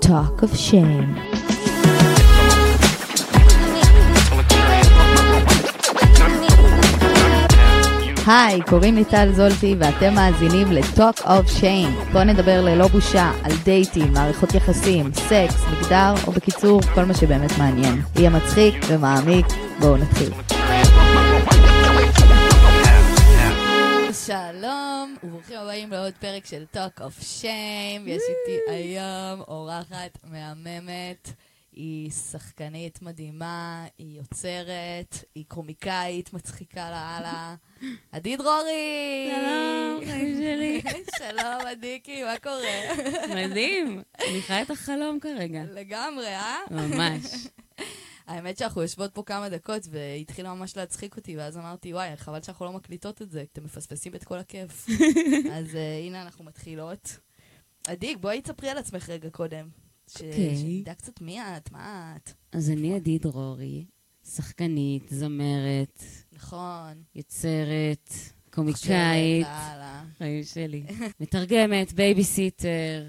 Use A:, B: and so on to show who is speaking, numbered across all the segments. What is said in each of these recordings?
A: Talk of Shame. היי, קוראים לי טל זולטי ואתם מאזינים ל-Talk of Shame. בואו נדבר ללא בושה על דייטים, מערכות יחסים, סקס, מגדר, או בקיצור, כל מה שבאמת מעניין. יהיה מצחיק ומעמיק, בואו נתחיל. שלום, וברוכים הבאים לעוד פרק של Talk of Shame. יש איתי היום אורחת מהממת. היא שחקנית מדהימה, היא יוצרת, היא קומיקאית, מצחיקה לאללה. עדי דרורי!
B: שלום, חיים שלי.
A: שלום, עדיקי, מה קורה?
B: מדהים. אני חיה את החלום כרגע.
A: לגמרי, אה?
B: ממש.
A: האמת שאנחנו יושבות פה כמה דקות והתחיל ממש להצחיק אותי, ואז אמרתי, וואי, חבל שאנחנו לא מקליטות את זה, אתם מפספסים את כל הכיף. אז אה, הנה אנחנו מתחילות. עדי, בואי תספרי על עצמך רגע קודם. ש-
B: אוקיי.
A: שנדע קצת מי את, מה את.
B: אז אני עדי דרורי, שחקנית, זמרת,
A: נכון.
B: יוצרת,
A: חושבת,
B: קומיקאית,
A: הלאה.
B: חיים שלי. מתרגמת, בייביסיטר,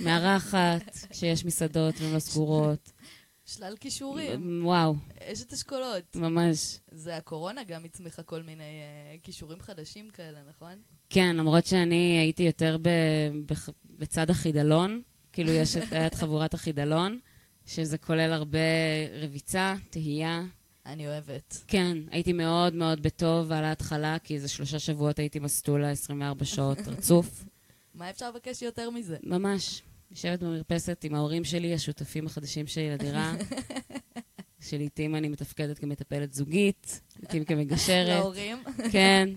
B: מארחת, שיש מסעדות והן לא סגורות.
A: שלל כישורים,
B: וואו,
A: אשת אשכולות.
B: ממש.
A: זה הקורונה גם הצמיחה כל מיני אה, כישורים חדשים כאלה, נכון?
B: כן, למרות שאני הייתי יותר ב, בח, בצד החידלון, כאילו יש את, היה את חבורת החידלון, שזה כולל הרבה רביצה, תהייה.
A: אני אוהבת.
B: כן, הייתי מאוד מאוד בטוב על ההתחלה, כי איזה שלושה שבועות הייתי מסטולה 24 שעות רצוף.
A: מה אפשר לבקש יותר מזה?
B: ממש, יושבת במרפסת עם ההורים שלי, השותפים החדשים שלי לדירה, שלעיתים אני מתפקדת כמטפלת זוגית, לעיתים כמגשרת.
A: להורים?
B: כן,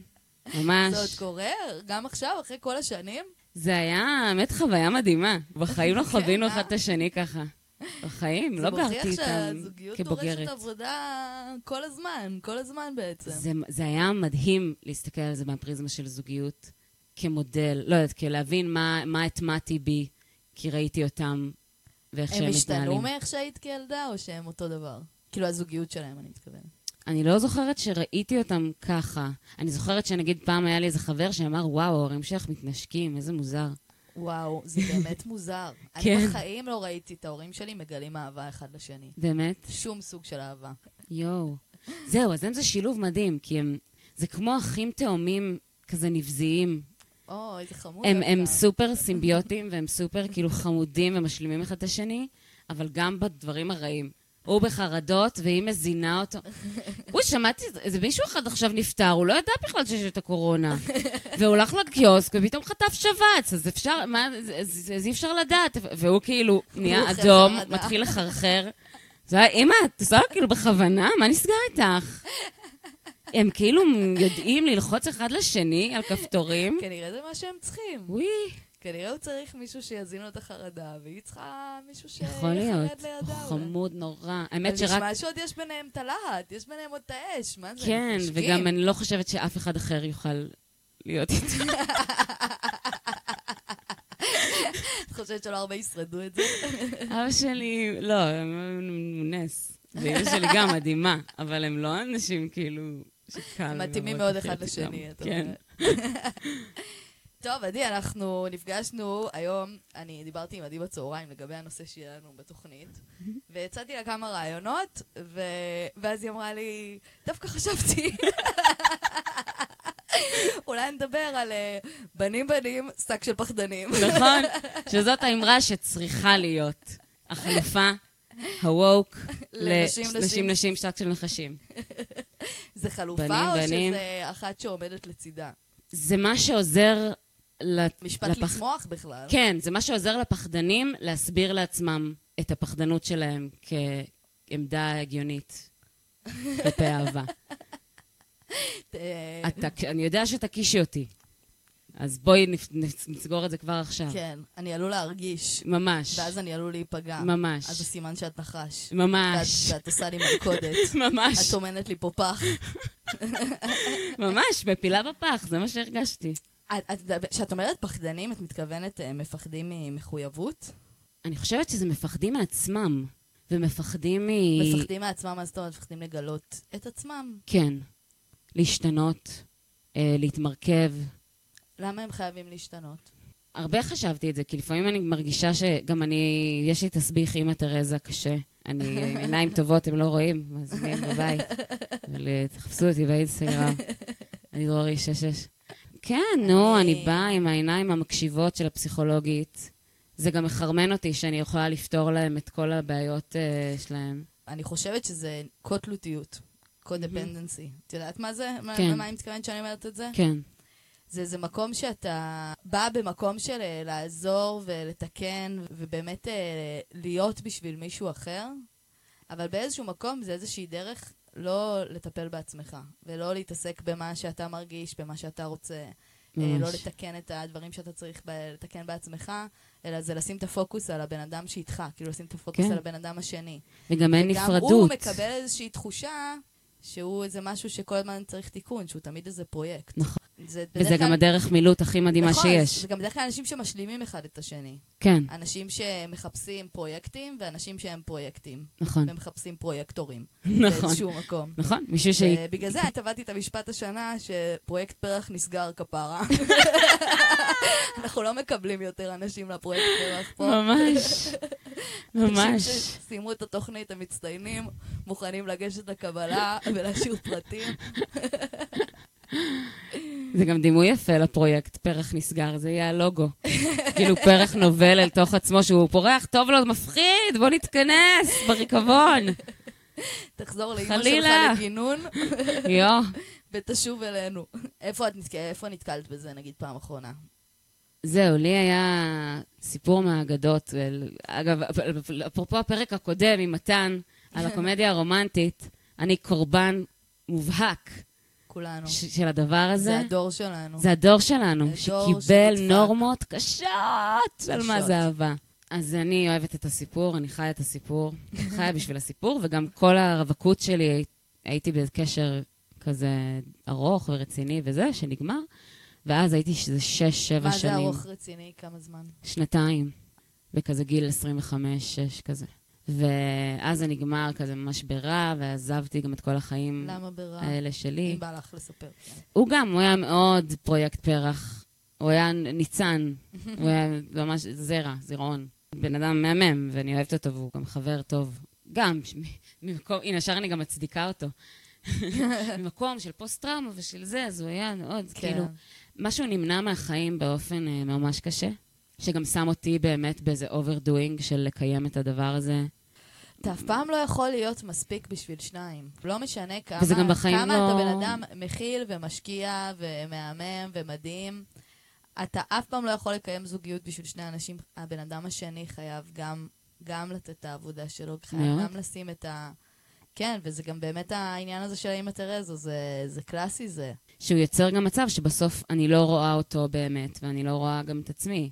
B: ממש.
A: זה עוד קורה? גם עכשיו, אחרי כל השנים?
B: זה היה, האמת, חוויה מדהימה. בחיים לא חווינו
A: אה?
B: אחד את השני ככה. בחיים, לא
A: זה
B: גרתי איתם
A: מוכיח שהזוגיות דורשת
B: כבוגרת.
A: עבודה כל הזמן, כל הזמן בעצם.
B: זה- זה היה מדהים להסתכל על זה מהפריזמה של זוגיות כמודל, לא יודעת, כלהבין מה- מה הטמעתי בי, כי ראיתי אותם ואיך שהם
A: הם השתנו
B: מתנהלים.
A: מאיך שהיית כילדה, או שהם אותו דבר? כאילו, הזוגיות שלהם, אני מתכוונת.
B: אני לא זוכרת שראיתי אותם ככה. אני זוכרת שנגיד פעם היה לי איזה חבר שאמר, וואו, ההורים שלך מתנשקים, איזה מוזר.
A: וואו, זה באמת מוזר. אני
B: כן.
A: בחיים לא ראיתי את ההורים שלי מגלים אהבה אחד לשני.
B: באמת?
A: שום סוג של אהבה.
B: יואו. זהו, אז הם זה שילוב מדהים, כי הם... זה כמו אחים תאומים כזה נבזיים.
A: או, איזה חמוד.
B: הם, הם
A: דווקא.
B: סופר סימביוטיים והם סופר כאילו חמודים ומשלימים אחד את השני, אבל גם בדברים הרעים. הוא בחרדות והיא מזינה אותו. הוא, שמעתי, איזה מישהו אחד עכשיו נפטר, הוא לא ידע בכלל שיש את הקורונה. והוא הלך לקיוסק ופתאום חטף שבץ, אז אפשר, מה, אז, אז אי אפשר לדעת. והוא כאילו
A: הוא
B: נהיה
A: חרדה.
B: אדום, מתחיל לחרחר. זה היה, אמא, את עושה כאילו בכוונה? מה נסגר איתך? הם כאילו יודעים ללחוץ אחד לשני על כפתורים.
A: כנראה זה מה שהם צריכים.
B: וואי.
A: כנראה הוא צריך מישהו שיזין לו את החרדה, והיא צריכה מישהו
B: יכול
A: שיחרד לידה.
B: להיות, הוא חמוד נורא. האמת
A: אז
B: שרק...
A: נשמע שעוד יש ביניהם את הלהט, יש ביניהם עוד את האש, מה זה?
B: כן,
A: מתנשקים.
B: וגם אני לא חושבת שאף אחד אחר יוכל להיות איתו.
A: את חושבת שלא הרבה ישרדו את זה?
B: אבא שלי, לא, הוא נס. ואימא שלי גם מדהימה, אבל הם לא אנשים כאילו שקל.
A: הם
B: מאוד
A: מתאימים מאוד
B: לחיות
A: אחד לשני,
B: איתם.
A: אתה
B: לא כן.
A: אומר. טוב, עדי, אנחנו נפגשנו היום, אני דיברתי עם עדי בצהריים לגבי הנושא שיהיה לנו בתוכנית, והצעתי לה כמה רעיונות, ו... ואז היא אמרה לי, דווקא חשבתי. אולי נדבר על אה, בנים בנים, שק של פחדנים.
B: נכון? שזאת האמרה שצריכה להיות. החלופה, הווק,
A: לנשים, נשים.
B: לנשים נשים, שק של נחשים.
A: זה
B: בנים,
A: חלופה או
B: בנים.
A: שזה אחת שעומדת לצידה?
B: זה מה שעוזר לפ-
A: משפט
B: לפח-
A: לצמוח בכלל.
B: כן, זה מה שעוזר לפחדנים להסביר לעצמם את הפחדנות שלהם כעמדה הגיונית כלפי אהבה.
A: אה,
B: אתה, אני יודע שתקישי אותי, אז בואי נפ- נפ- נסגור את זה כבר עכשיו.
A: כן, אני עלול להרגיש,
B: ממש.
A: ואז אני עלול להיפגע.
B: ממש.
A: אז זה סימן שאת נחש. ואת,
B: ממש.
A: ואת עושה לי מלכודת. את
B: ממש.
A: טומנת לי פה פח.
B: ממש, מפילה בפח, זה מה שהרגשתי.
A: את- את- כשאת אומרת פחדנים, את מתכוונת אה, מפחדים ממחויבות?
B: אני חושבת שזה מפחדים מעצמם, ומפחדים מ...
A: מפחדים מעצמם, מה זאת אומרת? מפחדים לגלות את עצמם.
B: כן. להשתנות, אה, להתמרכב.
A: למה הם חייבים להשתנות?
B: הרבה חשבתי את זה, כי לפעמים אני מרגישה שגם אני, יש לי תסביך אימא תרזה קשה. אני, עיניים טובות, הם לא רואים, מאזינים בבית. אבל אה, תחפשו אותי באינסטגרם. אני דרורי 66. כן, נו,
A: אני-
B: אני באה עם העיניים המקשיבות של הפסיכולוגית. זה גם מחרמן אותי שאני יכולה לפתור להם את כל הבעיות אה, שלהם.
A: אני חושבת שזה קוטלותיות, קודפנדנסי. את יודעת מה זה? מה-
B: כן.
A: למה אני מתכוונת שאני אומרת את זה?
B: כן.
A: זה איזה מקום שאתה בא במקום של אה, לעזור ולתקן, ובאמת אה, להיות בשביל מישהו אחר, אבל באיזשהו מקום זה איזושהי דרך לא לטפל בעצמך, ולא להתעסק במה שאתה מרגיש, במה שאתה רוצה. אה, לא
B: ממש.
A: לתקן את הדברים שאתה צריך ב- לתקן בעצמך, אלא זה לשים את הפוקוס על הבן אדם שאיתך, כאילו לשים את הפוקוס
B: כן.
A: על הבן אדם השני.
B: וגם אין
A: גם הוא
B: נפרדות.
A: מקבל איזושהי תחושה שהוא איזה משהו שכל הזמן צריך תיקון, שהוא תמיד איזה פרויקט.
B: נכון.
A: זה בדרך
B: וזה
A: כלל-
B: גם הדרך מילוט הכי מדהימה
A: נכון,
B: שיש.
A: זה גם בדרך כלל אנשים שמשלימים אחד את השני.
B: כן,
A: אנשים שמחפשים פרויקטים, ואנשים שהם פרויקטים.
B: נכון.
A: ומחפשים פרויקטורים.
B: נכון.
A: באיזשהו מקום. אה,
B: נכון, מישהו שהיא...
A: בגלל זה טבעתי את המשפט השנה, שפרויקט פרח נסגר כפרה. אנחנו לא מקבלים יותר אנשים לפרויקט פרח פה.
B: ממש,
A: אנשים
B: ממש.
A: שסיימו את התוכנית, הם מצטיינים, מוכנים לגשת לקבלה ולהשאיר פרטים.
B: זה גם דימוי יפה לפרויקט, פרח נסגר, זה יהיה הלוגו. כאילו פרח נובל אל תוך עצמו, שהוא פורח, טוב לו, מפחיד, בוא נתכנס בריקבון.
A: תחזור לאימא שלך
B: חלילה.
A: לגינון
B: יואו,
A: ותשוב אלינו. איפה את נתק- איפה נתקלת בזה, נגיד, פעם אחרונה?
B: זהו, לי היה סיפור מהאגדות. אגב, אפרופו הפרק הקודם עם מתן, על הקומדיה הרומנטית, אני קורבן מובהק
A: כולנו.
B: ש- של הדבר
A: זה
B: הזה.
A: הדור שלנו.
B: זה הדור שלנו,
A: הדור
B: שקיבל
A: שחטפה.
B: נורמות קשות על מה
A: קשות.
B: זה אהבה. אז אני אוהבת את הסיפור, אני חיה את הסיפור, חיה בשביל הסיפור, וגם כל הרווקות שלי, הי- הייתי בקשר כזה ארוך ורציני וזה, שנגמר, ואז הייתי שזה שש, שבע
A: מה
B: שנים.
A: זה ארוך רציני? כמה זמן?
B: שנתיים, בכזה גיל 25-6 כזה. ואז זה נגמר כזה ממש ברע, ועזבתי גם את כל החיים
A: למה ברע?
B: האלה שלי.
A: אם בא לך לספר.
B: הוא גם, הוא היה מאוד פרויקט פרח. הוא היה ניצן, הוא היה ממש זרע, זרעון. בן אדם מהמם, ואני אוהבת אותו, והוא גם חבר טוב. גם, ש- מ- ממקום, הנה, ישר אני גם מצדיקה אותו. ממקום של פוסט-טראומה ושל זה, אז הוא היה מאוד,
A: כן.
B: כאילו, משהו נמנע מהחיים באופן אה, ממש קשה, שגם שם אותי באמת באיזה אוברדואינג של לקיים את הדבר הזה.
A: אתה אף פעם לא יכול להיות מספיק בשביל שניים. לא משנה כמה,
B: וזה גם בחיים
A: כמה
B: לא-
A: אתה בן אדם מכיל ומשקיע ומהמם ומדהים. אתה אף פעם לא יכול לקיים זוגיות בשביל שני אנשים. הבן אדם השני חייב גם, גם לתת את העבודה שלו, חייב
B: מאוד.
A: גם לשים את ה... כן, וזה גם באמת העניין הזה של האמא תרזו, זה, זה קלאסי זה.
B: שהוא יוצר גם מצב שבסוף אני לא רואה אותו באמת, ואני לא רואה גם את עצמי.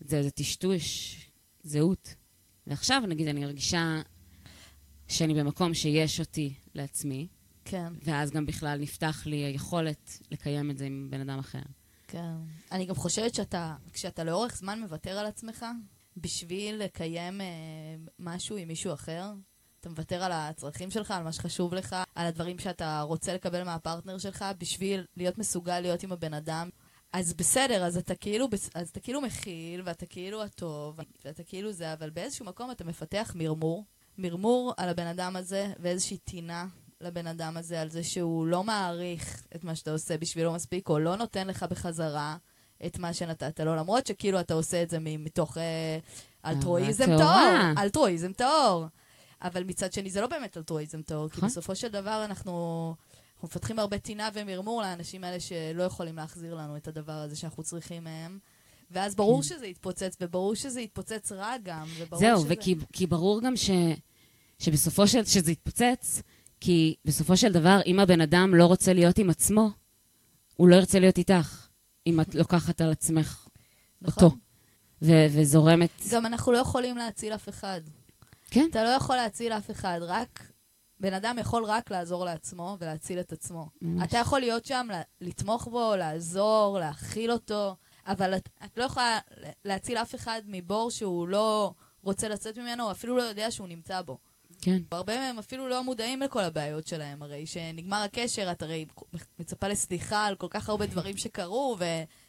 B: זה, זה טשטוש, זהות. ועכשיו, נגיד, אני מרגישה שאני במקום שיש אותי לעצמי,
A: כן,
B: ואז גם בכלל נפתח לי היכולת לקיים את זה עם בן אדם אחר.
A: כן. אני גם חושבת שאתה, כשאתה לאורך זמן מוותר על עצמך, בשביל לקיים אה, משהו עם מישהו אחר, אתה מוותר על הצרכים שלך, על מה שחשוב לך, על הדברים שאתה רוצה לקבל מהפרטנר שלך, בשביל להיות מסוגל להיות עם הבן אדם. אז בסדר, אז אתה כאילו, בס- אז אתה כאילו מכיל, ואתה כאילו הטוב, ואתה כאילו זה, אבל באיזשהו מקום אתה מפתח מרמור. מרמור על הבן אדם הזה, ואיזושהי טינה לבן אדם הזה, על זה שהוא לא מעריך את מה שאתה עושה בשבילו מספיק, או לא נותן לך בחזרה את מה שנתת לו, למרות שכאילו אתה עושה את זה מ- מתוך אה, אלטרואיזם
B: אהבה
A: טהור.
B: אה, טהורה.
A: אלטרואיזם טהור. אבל מצד שני זה לא באמת אלטרואיזם טהור, כי
B: נכון.
A: בסופו של דבר אנחנו, אנחנו מפתחים הרבה טינה ומרמור לאנשים האלה שלא יכולים להחזיר לנו את הדבר הזה שאנחנו צריכים מהם. ואז ברור שזה יתפוצץ, וברור שזה יתפוצץ רע גם, וברור
B: כן. זהו,
A: שזה...
B: וכי כי ברור גם ש, שבסופו של, שזה יתפוצץ, כי בסופו של דבר, אם הבן אדם לא רוצה להיות עם עצמו, הוא לא ירצה להיות איתך, אם את לוקחת על עצמך
A: נכון.
B: אותו, ו- וזורמת.
A: גם אנחנו לא יכולים להציל אף אחד.
B: כן,
A: אתה לא יכול להציל אף אחד, רק... בן אדם יכול רק לעזור לעצמו ולהציל את עצמו.
B: ממש.
A: אתה יכול להיות שם, ל- לתמוך בו, לעזור, להכיל אותו, אבל את, את לא יכולה להציל אף אחד מבור שהוא לא רוצה לצאת ממנו, או אפילו לא יודע שהוא נמצא בו.
B: כן,
A: הרבה מהם אפילו לא מודעים לכל הבעיות שלהם, הרי שנגמר הקשר, את הרי מצפה לסליחה על כל כך הרבה דברים שקרו, ו-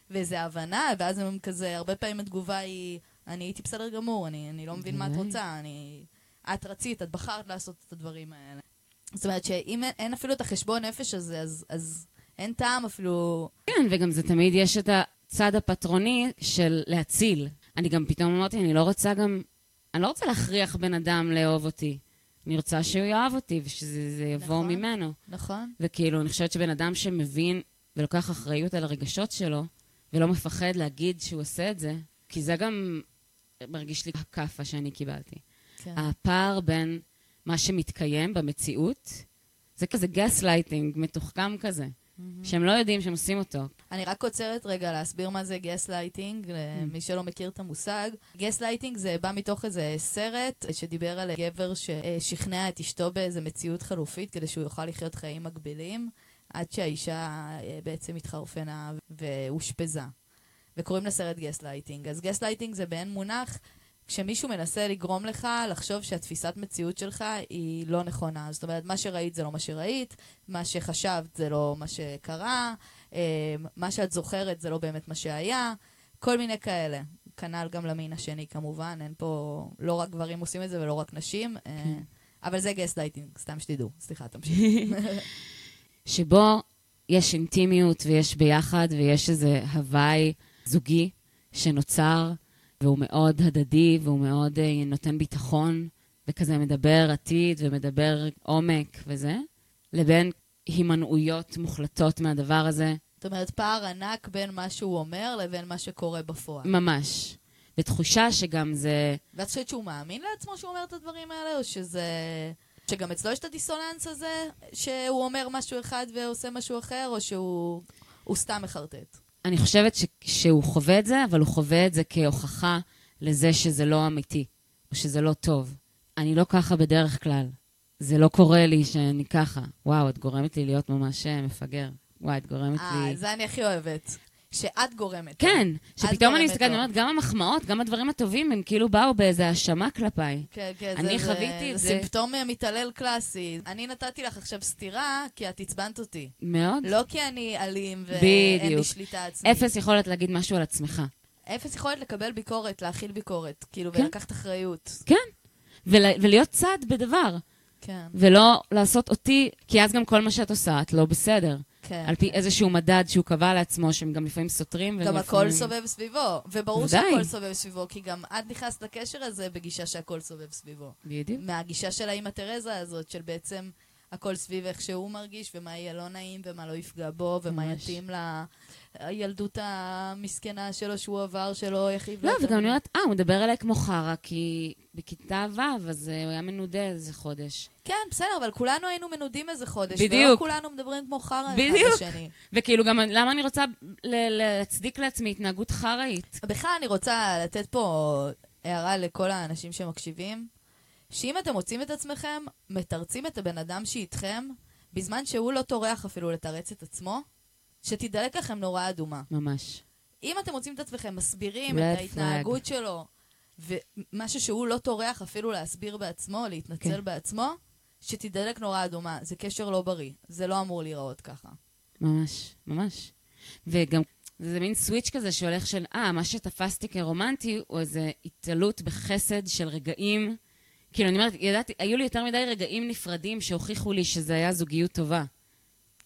A: ואיזה הבנה, ואז הם כזה, הרבה פעמים התגובה היא, אני הייתי בסדר גמור, אני, אני לא מבין מה את
B: אולי.
A: רוצה, אני... את רצית, את בחרת לעשות את הדברים האלה. זאת אומרת שאם אין, אין אפילו את החשבון נפש הזה, אז, אז אין טעם אפילו...
B: כן, וגם זה תמיד יש את הצד הפטרוני של להציל. אני גם פתאום אמרתי, אני לא רוצה גם... אני לא רוצה להכריח בן אדם לאהוב אותי. אני רוצה שהוא יאהב אותי ושזה זה יבוא
A: נכון.
B: ממנו.
A: נכון?
B: וכאילו, אני חושבת שבן אדם שמבין ולוקח אחריות על הרגשות שלו, ולא מפחד להגיד שהוא עושה את זה, כי זה גם מרגיש לי הכאפה שאני קיבלתי.
A: כן.
B: הפער בין מה שמתקיים במציאות, זה כזה גס לייטינג, מתוחכם כזה, שהם לא יודעים שהם עושים אותו.
A: אני רק עוצרת רגע להסביר מה זה גס לייטינג, למי שלא מכיר את המושג. גס לייטינג זה בא מתוך איזה סרט שדיבר על גבר ששכנע את אשתו באיזה מציאות חלופית כדי שהוא יוכל לחיות חיים מקבילים, עד שהאישה אה, בעצם התחרפנה ואושפזה. וקוראים לסרט גס לייטינג. אז גס לייטינג זה בעין מונח כשמישהו מנסה לגרום לך לחשוב שהתפיסת מציאות שלך היא לא נכונה. זאת אומרת, מה שראית זה לא מה שראית, מה שחשבת זה לא מה שקרה, אה, מה שאת זוכרת זה לא באמת מה שהיה, כל מיני כאלה. כנ"ל גם למין השני כמובן, אין פה, לא רק גברים עושים את זה ולא רק נשים, אה, אבל זה גס לייטינג, סתם שתדעו. סליחה, תמשיכי.
B: שבו יש אינטימיות ויש ביחד ויש איזה הוואי זוגי שנוצר, והוא מאוד הדדי והוא מאוד אה, נותן ביטחון, וכזה מדבר עתיד ומדבר עומק וזה, לבין הימנעויות מוחלטות מהדבר הזה,
A: זאת אומרת, פער ענק בין מה שהוא אומר לבין מה שקורה בפועל.
B: ממש. ותחושה שגם זה...
A: ואת חושבת שהוא מאמין לעצמו שהוא אומר את הדברים האלה, או שזה... שגם אצלו יש את הדיסוננס הזה, שהוא אומר משהו אחד ועושה משהו אחר, או שהוא הוא סתם מחרטט?
B: אני חושבת ש... שהוא חווה את זה, אבל הוא חווה את זה כהוכחה לזה שזה לא אמיתי, או שזה לא טוב. אני לא ככה בדרך כלל. זה לא קורה לי שאני ככה. וואו, את גורמת לי להיות ממש אה, מפגר. וואי, את גורמת
A: אה,
B: לי...
A: זה אני הכי אוהבת. שאת גורמת.
B: כן, שפתאום
A: גורמת
B: אני מסתכלת, אני
A: לו.
B: אומרת, גם המחמאות, גם הדברים הטובים, הם כאילו באו באיזה האשמה כלפיי.
A: כן, כן,
B: אני
A: זה,
B: חוויתי
A: זה, זה.
B: את זה.
A: סימפטום אה, מתעלל קלאסי. אני נתתי לך עכשיו סטירה, כי את עצבנת אותי.
B: מאוד.
A: לא כי אני אלים ואין לי
B: בדיוק.
A: שליטה עצמית.
B: אפס יכולת להגיד משהו על עצמך.
A: אפס יכולת לקבל ביקורת, להכיל ביקורת. כאילו,
B: כן.
A: ולקחת אחריות.
B: ול- ולהיות צד בדבר,
A: כן,
B: ולא לעשות אותי, כי אז גם כל מה שאת עושה, את לא בסדר.
A: כן.
B: על פי איזשהו מדד שהוא קבע לעצמו, שהם גם לפעמים סותרים. והם
A: גם הכל
B: לפעמים-
A: סובב סביבו, וברור
B: ודאי.
A: שהכל סובב סביבו, כי גם את נכנסת לקשר הזה בגישה שהכל סובב סביבו.
B: בדיוק.
A: מהגישה של האימא תרזה הזאת, של בעצם הכל סביב איך שהוא מרגיש, ומה יהיה לא נעים, ומה לא יפגע בו, ומה
B: ממש.
A: יתאים לילדות המסכנה שלו שהוא עבר, שלא יכאיב
B: לא,
A: לו יותר
B: וגם אני
A: מדי.
B: אומרת, אה, הוא מדבר אליי כמו חרא, כי בכיתה ו', אז אה, הוא היה מנודה איזה חודש.
A: כן, בסדר, אבל כולנו היינו מנודים איזה חודש, ולא
B: בדיוק.
A: כולנו מדברים כמו חרא אחד
B: בדיוק.
A: לשני.
B: וכאילו, גם למה אני רוצה ל- להצדיק לעצמי התנהגות חראית?
A: בכלל אני רוצה לתת פה הערה לכל האנשים שמקשיבים, שאם אתם מוצאים את עצמכם, מתרצים את הבן אדם שאיתכם, בזמן שהוא לא טורח אפילו לתרץ את עצמו, שתידלק לכם נורה אדומה.
B: ממש.
A: אם אתם מוצאים את עצמכם מסבירים
B: Red
A: את ההתנהגות שלו, ומשהו שהוא לא טורח אפילו להסביר בעצמו, להתנצל
B: כן.
A: בעצמו, שתידלק נורה אדומה. זה קשר לא בריא, זה לא אמור להיראות ככה.
B: ממש, ממש. וגם, זה מין סוויץ' כזה שהולך של, אה, מה שתפסתי כרומנטי הוא איזה התעלות בחסד של רגעים. כאילו, אני אומרת, ידעתי, היו לי יותר מדי רגעים נפרדים שהוכיחו לי שזה היה זוגיות טובה,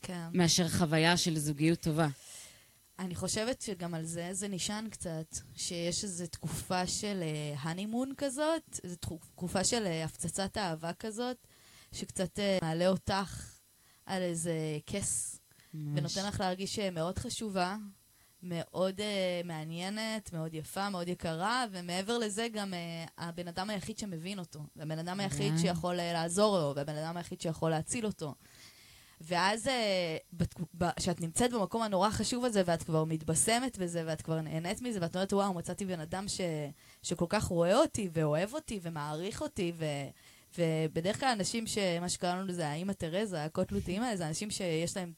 A: כן.
B: מאשר חוויה של זוגיות טובה.
A: אני חושבת שגם על זה זה נשען קצת, שיש איזו תקופה של הנימון כזאת, איזו תקופה של אה, הפצצת אהבה כזאת, שקצת אה, מעלה אותך על איזה כס,
B: ממש.
A: ונותן לך להרגיש אה, מאוד חשובה, מאוד אה, מעניינת, מאוד יפה, מאוד יקרה, ומעבר לזה גם אה, הבן אדם היחיד שמבין אותו, והבן אדם היחיד
B: וואו.
A: שיכול אה, לעזור לו, והבן אדם היחיד שיכול להציל אותו. ואז אה, בתקו- ב- כשאת נמצאת במקום הנורא חשוב הזה, ואת כבר מתבשמת בזה, ואת כבר נהנית מזה, ואת אומרת, וואו, מצאתי בן אדם ש... שכל כך רואה אותי, ואוהב אותי, ומעריך אותי, ו... ובדרך כלל אנשים שמה שקראנו לזה האמא תרזה, הקוטלות אימא, זה אנשים שיש להם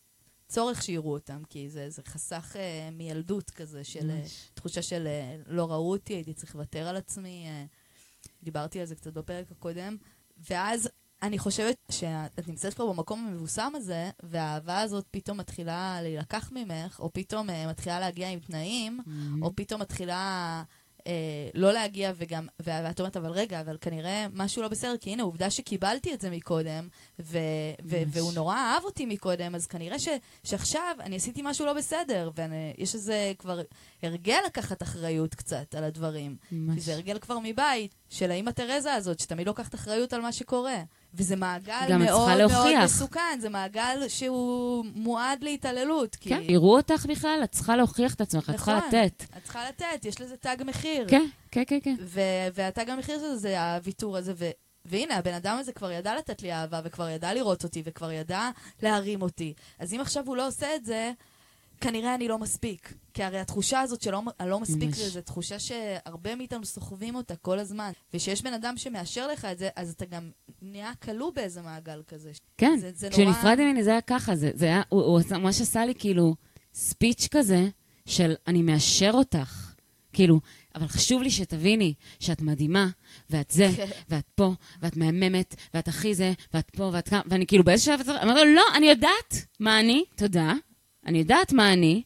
A: צורך שיראו אותם, כי זה, זה חסך אה, מילדות כזה של אה,
B: ממש.
A: תחושה של אה, לא ראו אותי, הייתי צריך לוותר על עצמי. אה, דיברתי על זה קצת בפרק הקודם. ואז אני חושבת שאת נמצאת כבר במקום המבוסם הזה, והאהבה הזאת פתאום מתחילה להילקח ממך, או פתאום אה, מתחילה להגיע עם תנאים,
B: Mm-hmm.
A: או פתאום מתחילה אה, לא להגיע וגם, ו- ואת אומרת, אבל רגע, אבל כנראה משהו לא בסדר, כי הנה, עובדה שקיבלתי את זה מקודם, ו- ו-
B: ממש.
A: והוא נורא אהב אותי מקודם, אז כנראה ש- שעכשיו אני עשיתי משהו לא בסדר, ויש איזה כבר הרגל לקחת אחריות קצת על הדברים. כי
B: ממש.
A: זה הרגל כבר מבית, של האמא תרזה הזאת, שתמיד לוקחת אחריות על מה שקורה. וזה מעגל
B: גם את
A: מאוד
B: צריכה
A: מאוד
B: להוכיח.
A: מסוכן, זה מעגל שהוא מועד להתעללות. כי
B: כן, יראו אותך בכלל, את צריכה להוכיח את עצמך, את צריכה
A: נכון.
B: לתת.
A: את צריכה לתת, יש לזה תג מחיר.
B: כן, כן, כן, כן.
A: ו- והתג המחיר של זה זה הוויתור הזה, ו- והנה, הבן אדם הזה כבר ידע לתת לי אהבה, וכבר ידע לראות אותי, וכבר ידע להרים אותי. אז אם עכשיו הוא לא עושה את זה, כנראה אני לא מספיק. כי הרי התחושה הזאת של הלא מספיק
B: ממש.
A: זה, זו תחושה שהרבה מאיתנו סוחבים אותה כל הזמן. וכשיש בן אדם שמאשר לך את זה, אז אתה גם נהיה כלוא באיזה מעגל כזה.
B: כן,
A: זה- זה נורא-
B: כשנפרדתי ממני זה היה ככה, זה, זה היה, הוא, הוא עשה- ממש עשה לי כאילו ספיץ' כזה של אני מאשר אותך. כאילו, אבל חשוב לי שתביני שאת מדהימה, ואת זה,
A: כן.
B: ואת פה, ואת מהממת, ואת הכי זה, ואת פה, ואת כאן, ואני כאילו באיזשהו שלב אמרתי לו, לא, אני יודעת מה אני, תודה, אני יודעת מה אני,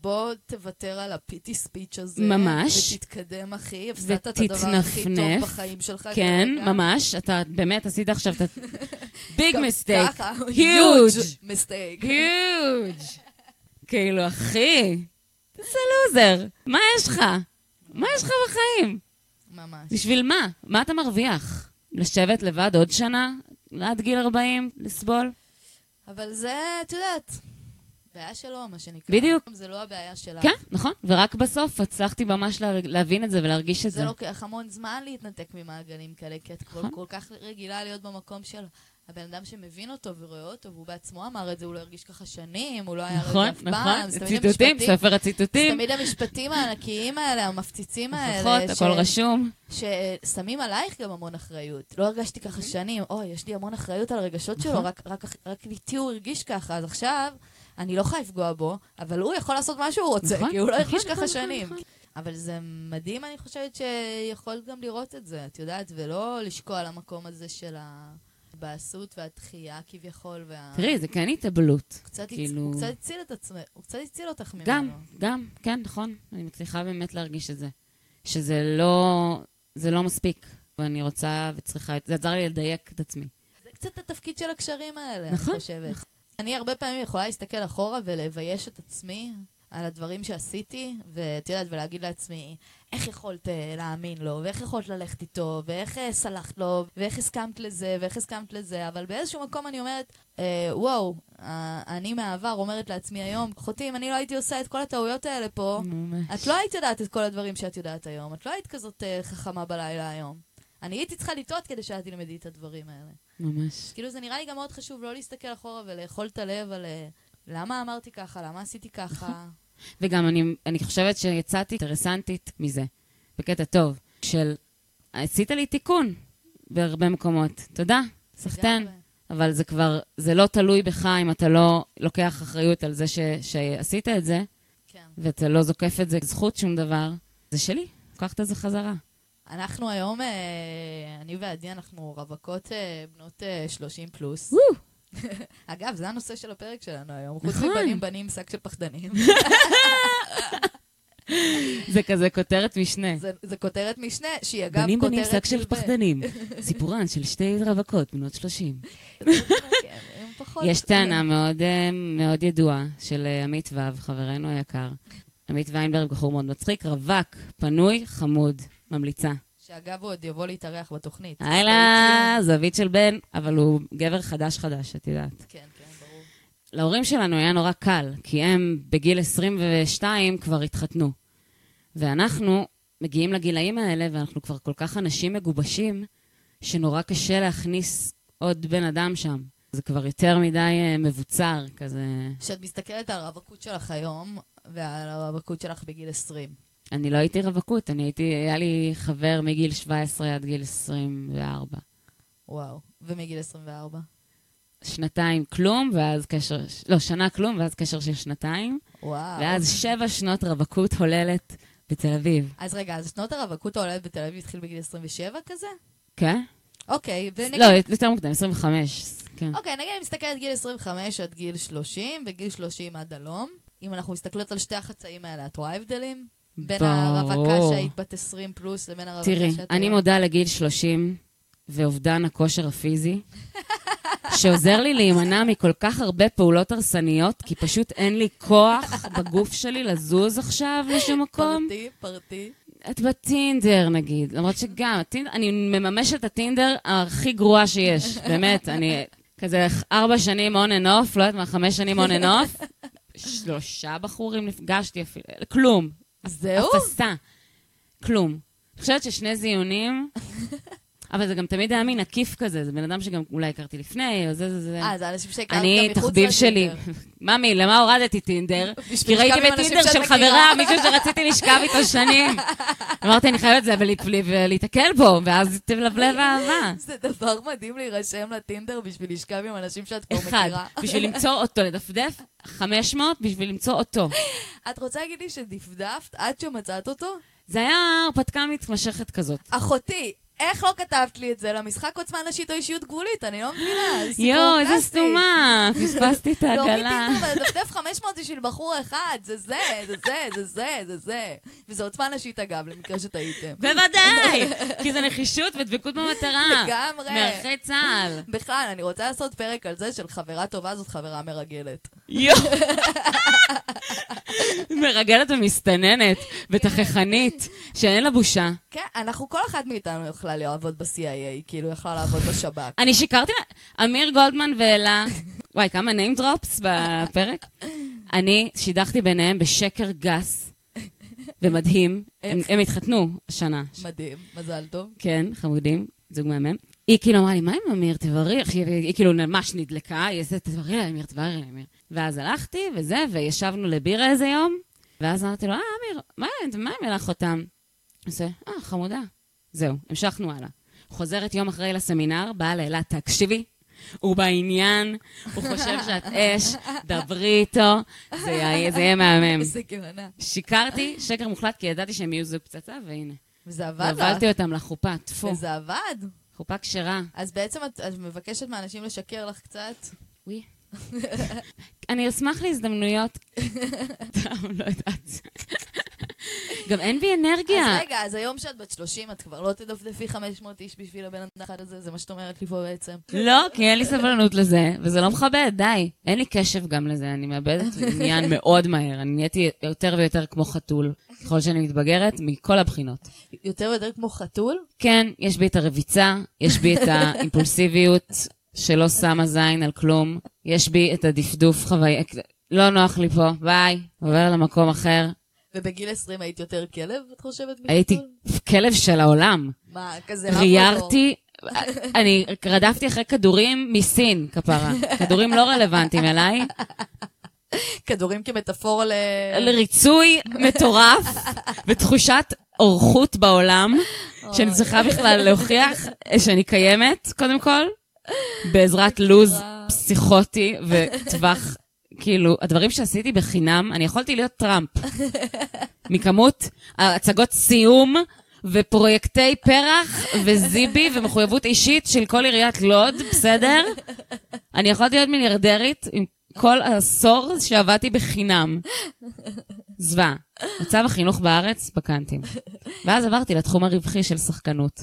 A: בוא תוותר על הפיטי ספיץ' הזה.
B: ממש.
A: ותתקדם, אחי. הפסדת את הדבר הכי טוב
B: ותתנפנף.
A: בחיים שלך.
B: כן,
A: כרגע.
B: ממש, אתה באמת עשית עכשיו את ה... ביג
A: גם
B: מיסטייק,
A: ככה,
B: huge,
A: huge mistake.
B: קיוג'. כאילו, אחי, זה לוזר. מה יש לך? מה יש לך בחיים?
A: ממש.
B: בשביל מה? מה אתה מרוויח? לשבת לבד עוד שנה? עד גיל 40? לסבול?
A: אבל זה, את יודעת, בעיה שלו, מה שנקרא.
B: בדיוק.
A: זה לא הבעיה שלה.
B: כן, נכון. ורק בסוף הצלחתי ממש לה- להבין את זה ולהרגיש את
A: זה לא
B: זה.
A: לוקח המון זמן להתנתק ממעגלים כאלה, כי את כל,
B: נכון.
A: כל כך רגילה להיות במקום של הבן אדם שמבין אותו ורואה אותו, והוא בעצמו אמר את זה, הוא לא הרגיש ככה שנים, הוא לא היה
B: נכון,
A: רגע אף פעם.
B: נכון.
A: זה תמיד
B: ציטוטים,
A: המשפטים-
B: ספר
A: זה
B: הציטוטים,
A: תמיד המשפטים הענקיים האלה, המפציצים
B: הוכחות,
A: האלה, ש-
B: נכון, הכל רשום.
A: ששמים עלייך גם המון אחריות. לא הרגשתי ככה שנים, אוי, יש לי המון אחריות על הרגשות שלו,
B: נכון.
A: רק, רק, רק איתי הוא הרגיש ככה, אז עכשיו אני לא יכולה לפגוע בו, אבל הוא יכול לעשות מה שהוא רוצה,
B: נכון,
A: כי הוא לא
B: נכון,
A: הרגיש
B: נכון,
A: ככה
B: נכון,
A: שנים.
B: נכון.
A: אבל זה מדהים, אני חושבת שיכולת גם לראות את זה, את יודעת, ולא לשקוע על המקום הזה של הבעסות והדחייה כביכול, וה...
B: תראי, זה כן התאבלות.
A: הוא אה. קצת, כאילו...
B: כאילו-
A: הצ... הוא קצת הציל את עצמך, הוא קצת הציל אותך ממנו.
B: גם, גם, כן, נכון. אני מצליחה באמת להרגיש את זה. שזה לא, זה לא מספיק. ואני רוצה וצריכה, את- זה עזר לי לדייק את עצמי.
A: זה קצת התפקיד של הקשרים האלה,
B: נכון,
A: אני חושבת. נכון. אני הרבה פעמים יכולה להסתכל אחורה ולבייש את עצמי על הדברים שעשיתי, ואת יודעת, ולהגיד לעצמי, איך יכולת אה, להאמין לו, ואיך יכולת ללכת איתו, ואיך אה, סלחת לו, ואיך הסכמת לזה, ואיך הסכמת לזה, אבל באיזשהו מקום אני אומרת, אה, וואו, אה, אני מהעבר אומרת לעצמי היום, אחותי, אם אני לא הייתי עושה את כל הטעויות האלה פה, את לא היית יודעת את כל הדברים שאת יודעת היום, את לא היית כזאת אה, חכמה בלילה היום. אני הייתי צריכה לטעות כדי שאת תלמדי את הדברים האלה.
B: ממש.
A: כאילו זה נראה לי גם מאוד חשוב לא להסתכל אחורה ולאכול את הלב על אה, למה אמרתי ככה, למה עשיתי ככה.
B: וגם אני, אני חושבת שיצאתי אינטרסנטית מזה, בקטע טוב, של עשית לי תיקון בהרבה מקומות. תודה, סחטיין.
A: לגמרי.
B: אבל זה כבר, זה לא תלוי בך אם אתה לא לוקח אחריות על זה ש, שעשית את זה,
A: כן.
B: ואתה לא זוקף את זה זכות שום דבר. זה שלי, לקחת את זה חזרה.
A: אנחנו היום, אה, אני ועדי, אנחנו רווקות אה, בנות אה, 30 פלוס.
B: וואו.
A: אגב, זה הנושא של הפרק שלנו היום. חוץ
B: נכון.
A: מבנים בנים שק של פחדנים.
B: זה כזה כותרת משנה.
A: זה- זה כותרת משנה, שהיא אגב
B: בנים
A: כותרת...
B: בנים שק של
A: נלווה.
B: פחדנים. סיפורן של שתי רווקות בנות 30.
A: כן, הם פחות-
B: יש טענה מאוד, אה, מאוד ידועה של אה, עמית וו, חברנו היקר. עמית ויינברג, בחור מאוד מצחיק, רווק, פנוי, חמוד, ממליצה.
A: שאגב, הוא עוד יבוא להתארח בתוכנית.
B: היי זווית של בן, אבל הוא גבר חדש חדש, את יודעת.
A: כן, כן, ברור.
B: להורים שלנו היה נורא קל, כי הם בגיל 22 כבר התחתנו. ואנחנו מגיעים לגילאים האלה, ואנחנו כבר כל כך אנשים מגובשים, שנורא קשה להכניס עוד בן אדם שם. זה כבר יותר מדי אה, מבוצר, כזה...
A: כשאת מסתכלת על הרווקות שלך היום, ועל הרווקות שלך בגיל 20.
B: אני לא הייתי רווקות, אני הייתי... היה לי חבר מגיל 17 עד גיל 24.
A: וואו. ומגיל 24.
B: שנתיים כלום, ואז קשר... לא, שנה כלום, ואז קשר של שנתיים,
A: וואו.
B: ואז שבע שנות רווקות הוללת בתל אביב.
A: אז רגע, אז שנות הרווקות העולדת בתל אביב התחיל בגיל 27 כזה?
B: כן?
A: אוקיי, ונגיד...
B: לא, יותר מוקדם, 25. כן.
A: אוקיי, נגיד אני מסתכלת גיל 25 עד גיל 30, וגיל 30 עד הלום. אם אנחנו מסתכלות על שתי החצאים האלה, את רואה הבדלים? בין
B: ברור.
A: הרווקה שהיית בת 20 פלוס לבין הרווקה שאת...
B: תראי, אני
A: היום?
B: מודה לגיל 30 ואובדן הכושר הפיזי, שעוזר לי להימנע מכל כך הרבה פעולות הרסניות, כי פשוט אין לי כוח בגוף שלי לזוז עכשיו לשום מקום.
A: פרטי, פרטי.
B: את בטינדר נגיד, למרות שגם, הטינדר, אני מממשת את הטינדר הכי גרועה שיש, באמת, אני כזה ארבע שנים און אנ אוף, לא יודעת מה, חמש שנים און אנ אוף, שלושה בחורים נפגשתי אפילו, כלום,
A: זהו?
B: הפסה, כלום. אני חושבת ששני זיונים, אבל זה גם תמיד היה מין עקיף כזה, זה בן אדם שגם אולי הכרתי לפני, או זה זה זה.
A: אה, זה אנשים שהכרת גם
B: לא- אני,
A: מחוץ
B: תחביב שלי.
A: לטינדר.
B: ממי, למה הורדתי טינדר? כי
A: בשביל
B: ראיתי
A: לשכב עם אנשים
B: בטינדר
A: שאת
B: של
A: מכירה.
B: חברה, מישהו שרציתי לשכב איתו שנים. אמרתי, אני חייבת זה ולהיתקל בו, ואז תבלבלב אהבה.
A: זה דבר מדהים להירשם לטינדר בשביל לשכב עם אנשים שאת כבר
B: אחד,
A: מכירה.
B: בשביל למצוא אותו, לדפדף 500 בשביל למצוא אותו.
A: את רוצה להגיד לי שדפדפת עד שמצאת אותו?
B: זה היה הרפתקה מתמשכת כזאת.
A: אחותי, איך לא כתבת לי את זה למשחק עוצמה נשית או אישיות גבולית? אני לא מבינה, זה סיפור
B: יואו, איזה
A: קלאסי. לא,
B: סתומה, פספסתי את
A: להוריד
B: העגלה.
A: טינדר ולדפדף 500 בשביל בחור אחד, זה זה, זה זה, זה זה, זה זה. וזה עוצמה נשית אגב, למקרה שטעיתם.
B: בוודאי, כי זה נחישות ודבקות במטרה.
A: לגמרי.
B: מערכי צה"ל.
A: בכלל, אני רוצה לעשות פרק על זה של חברה טובה זאת חברה מרגלת.
B: יואו. מרגלת ומסתננת ותככנית, שאין לה בושה.
A: כן, אנחנו, כל אחת מאיתנו יכלה לעבוד ב-CIA, כאילו יכלה לעבוד בשב"כ.
B: אני שיקרתי לה, אמיר גולדמן ואלה, וואי, כמה name drops בפרק. אני שידכתי ביניהם בשקר גס ומדהים. הם הם התחתנו השנה.
A: מדהים, מזל טוב.
B: כן, חמודים, זוג מהמם. היא כאילו אמרה לי, מה עם אמיר, תבררי, איך היא היא כאילו ממש נדלקה, היא איזה, תבררי לה, אמיר, תבררי לה, אמיר. ואז הלכתי, וזה, וישבנו לבירה איזה יום, ואז אמרתי לו, אה, אמיר, מה, מה עם לך אותם? אז זה, אה, חמודה. זהו, המשכנו הלאה. חוזרת יום אחרי לסמינר, באה לאילת, תקשיבי, הוא בעניין, הוא חושב שאת אש, דברי איתו, זה יהיה זה יהיה מהמם.
A: איזה גאונה.
B: שיקרתי, שקר מוחלט, כי ידעתי שהם יהיו זוג פצצה, והנה.
A: וזה עבד
B: הובלתי
A: לך.
B: אותם לחופה, טפו.
A: וזה עבד.
B: חופה כשרה.
A: אז בעצם את את מבקשת מאנשים לשקר לך קצת?
B: וואי. אני אשמח להזדמנויות. סתם, לא יודעת. גם אין בי אנרגיה.
A: אז רגע, אז היום שאת בת 30, את כבר לא תדפדפי 500 איש בשביל הבן אדם האחד הזה? זה מה שאת אומרת לי פה בעצם.
B: לא, כי אין לי סבלנות לזה, וזה לא מכבד, די. אין לי קשב גם לזה, אני מאבדת עניין מאוד מהר. אני נהייתי יותר ויותר כמו חתול, ככל שאני מתבגרת, מכל הבחינות.
A: יותר ויותר כמו חתול?
B: כן, יש בי את הרביצה, יש בי את האימפולסיביות שלא שמה זין על כלום, יש בי את הדפדוף חוויה, לא נוח לי פה, ביי, עובר למקום אחר.
A: ובגיל 20 היית יותר כלב, את חושבת? מחתול?
B: הייתי כלב של העולם.
A: מה, כזה...
B: ריירתי, אני רדפתי אחרי כדורים מסין, כפרה. כדורים לא רלוונטיים אליי.
A: רמבו? כדורים כמטאפורה ל...
B: לריצוי מטורף ותחושת אורחות בעולם, שאני צריכה בכלל להוכיח שאני קיימת, קודם כל, בעזרת לוז פסיכוטי וטווח, כאילו, הדברים שעשיתי בחינם, אני יכולתי להיות טראמפ. מכמות הצגות סיום ופרויקטי פרח וזיבי ומחויבות אישית של כל עיריית לוד, בסדר? אני יכולתי להיות מיליארדרית עם כל העשור שעבדתי בחינם. זוועה. מצב החינוך בארץ, בקנטים. ואז עברתי לתחום הרווחי של שחקנות.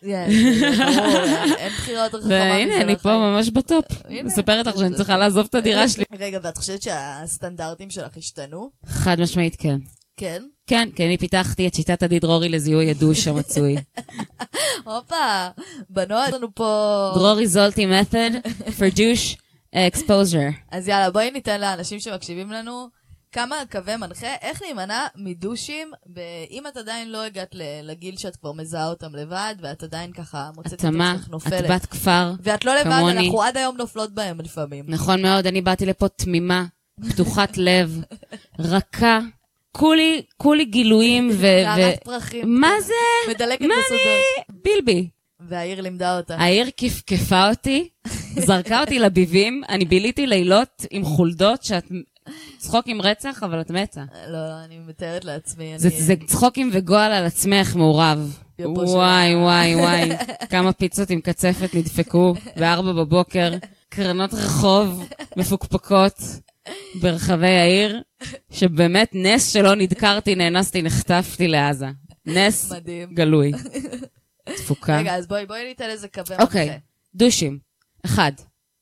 A: כן, זה ברור, אין בחירות רחבה
B: והנה,
A: משל
B: אני פה
A: החיים.
B: ממש בטופ.
A: לא הנה. לא
B: מספרת לך שאני צריכה לעזוב את הדירה שלי.
A: רגע, ואת חושבת שהסטנדרטים שלך השתנו?
B: חד משמעית כן.
A: כן?
B: כן, כי אני פיתחתי את שיטת הדרורי לזיהוי הדוש המצוי.
A: הופה, בנות, יש לנו פה...
B: דרורי זולטי method for douche exposure.
A: אז יאללה, בואי ניתן לאנשים שמקשיבים לנו כמה קווי מנחה, איך להימנע מדושים, ב- אם את עדיין לא הגעת ל- לגיל שאת כבר מזהה אותם לבד, ואת עדיין ככה מוצאת את
B: התאמה,
A: עצמך
B: את
A: נופלת.
B: בת כפר.
A: ואת לא לבד,
B: כמוני.
A: אנחנו עד היום נופלות בהם לפעמים.
B: נכון מאוד, אני באתי לפה תמימה, פתוחת לב, רכה. כולי, כולי גילויים ו...
A: טהרת
B: ו-
A: פרחים,
B: מה זה?
A: מדלקת
B: מה
A: מסודות.
B: בילבי.
A: והעיר לימדה אותה.
B: העיר כפכפה אותי, זרקה אותי לביבים, אני ביליתי לילות עם חולדות שאת... צחוק עם רצח, אבל את מתה.
A: לא, לא, אני מתארת לעצמי.
B: זה,
A: אני-
B: זה צחוקים וגועל על עצמך מעורב.
A: יבוא של-
B: וואי, וואי, וואי, כמה פיצות עם קצפת נדפקו בארבע בבוקר, קרנות רחוב מפוקפקות ברחבי העיר, שבאמת נס שלא נדקרתי, נאנסתי, נחטפתי לעזה. נס
A: מדהים.
B: גלוי. תפוקה.
A: רגע, אז בואי, בואי ניתן איזה קווי מנחה.
B: אוקיי, דושים. אחד,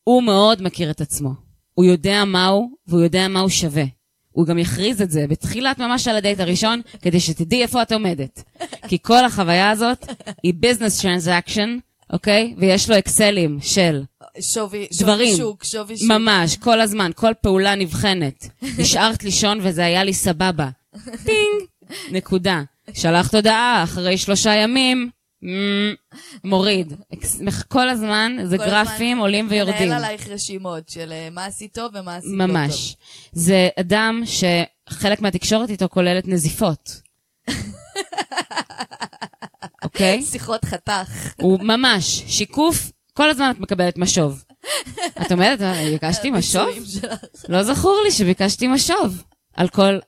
B: הוא מאוד מכיר את עצמו. הוא יודע מה הוא, והוא יודע מה הוא שווה. הוא גם יכריז את זה בתחילת ממש על הדייט הראשון, כדי שתדעי איפה את עומדת. כי כל החוויה הזאת היא ביזנס טרנזקשן, אוקיי? ויש לו אקסלים של
A: שווי, שווי
B: דברים.
A: שוק, שווי שוק.
B: ממש, כל הזמן, כל פעולה נבחנת. נשארת לישון וזה היה לי סבבה. טינג, נקודה. שלחת הודעה, אחרי שלושה ימים, מ- מוריד. אקס- מח- כל הזמן זה
A: כל הזמן
B: גרפים עולים ויורדים.
A: מנהל עלייך רשימות של אה, מה עשית טוב ומה עשית לא טוב.
B: ממש. זה אדם שחלק מהתקשורת איתו כוללת נזיפות. אוקיי?
A: שיחות חתך.
B: הוא ממש, שיקוף, כל הזמן את מקבלת משוב. את אומרת, "אה, ביקשתי משוב?
A: הביצועים שלך.
B: לא זכור לי שביקשתי משוב על כל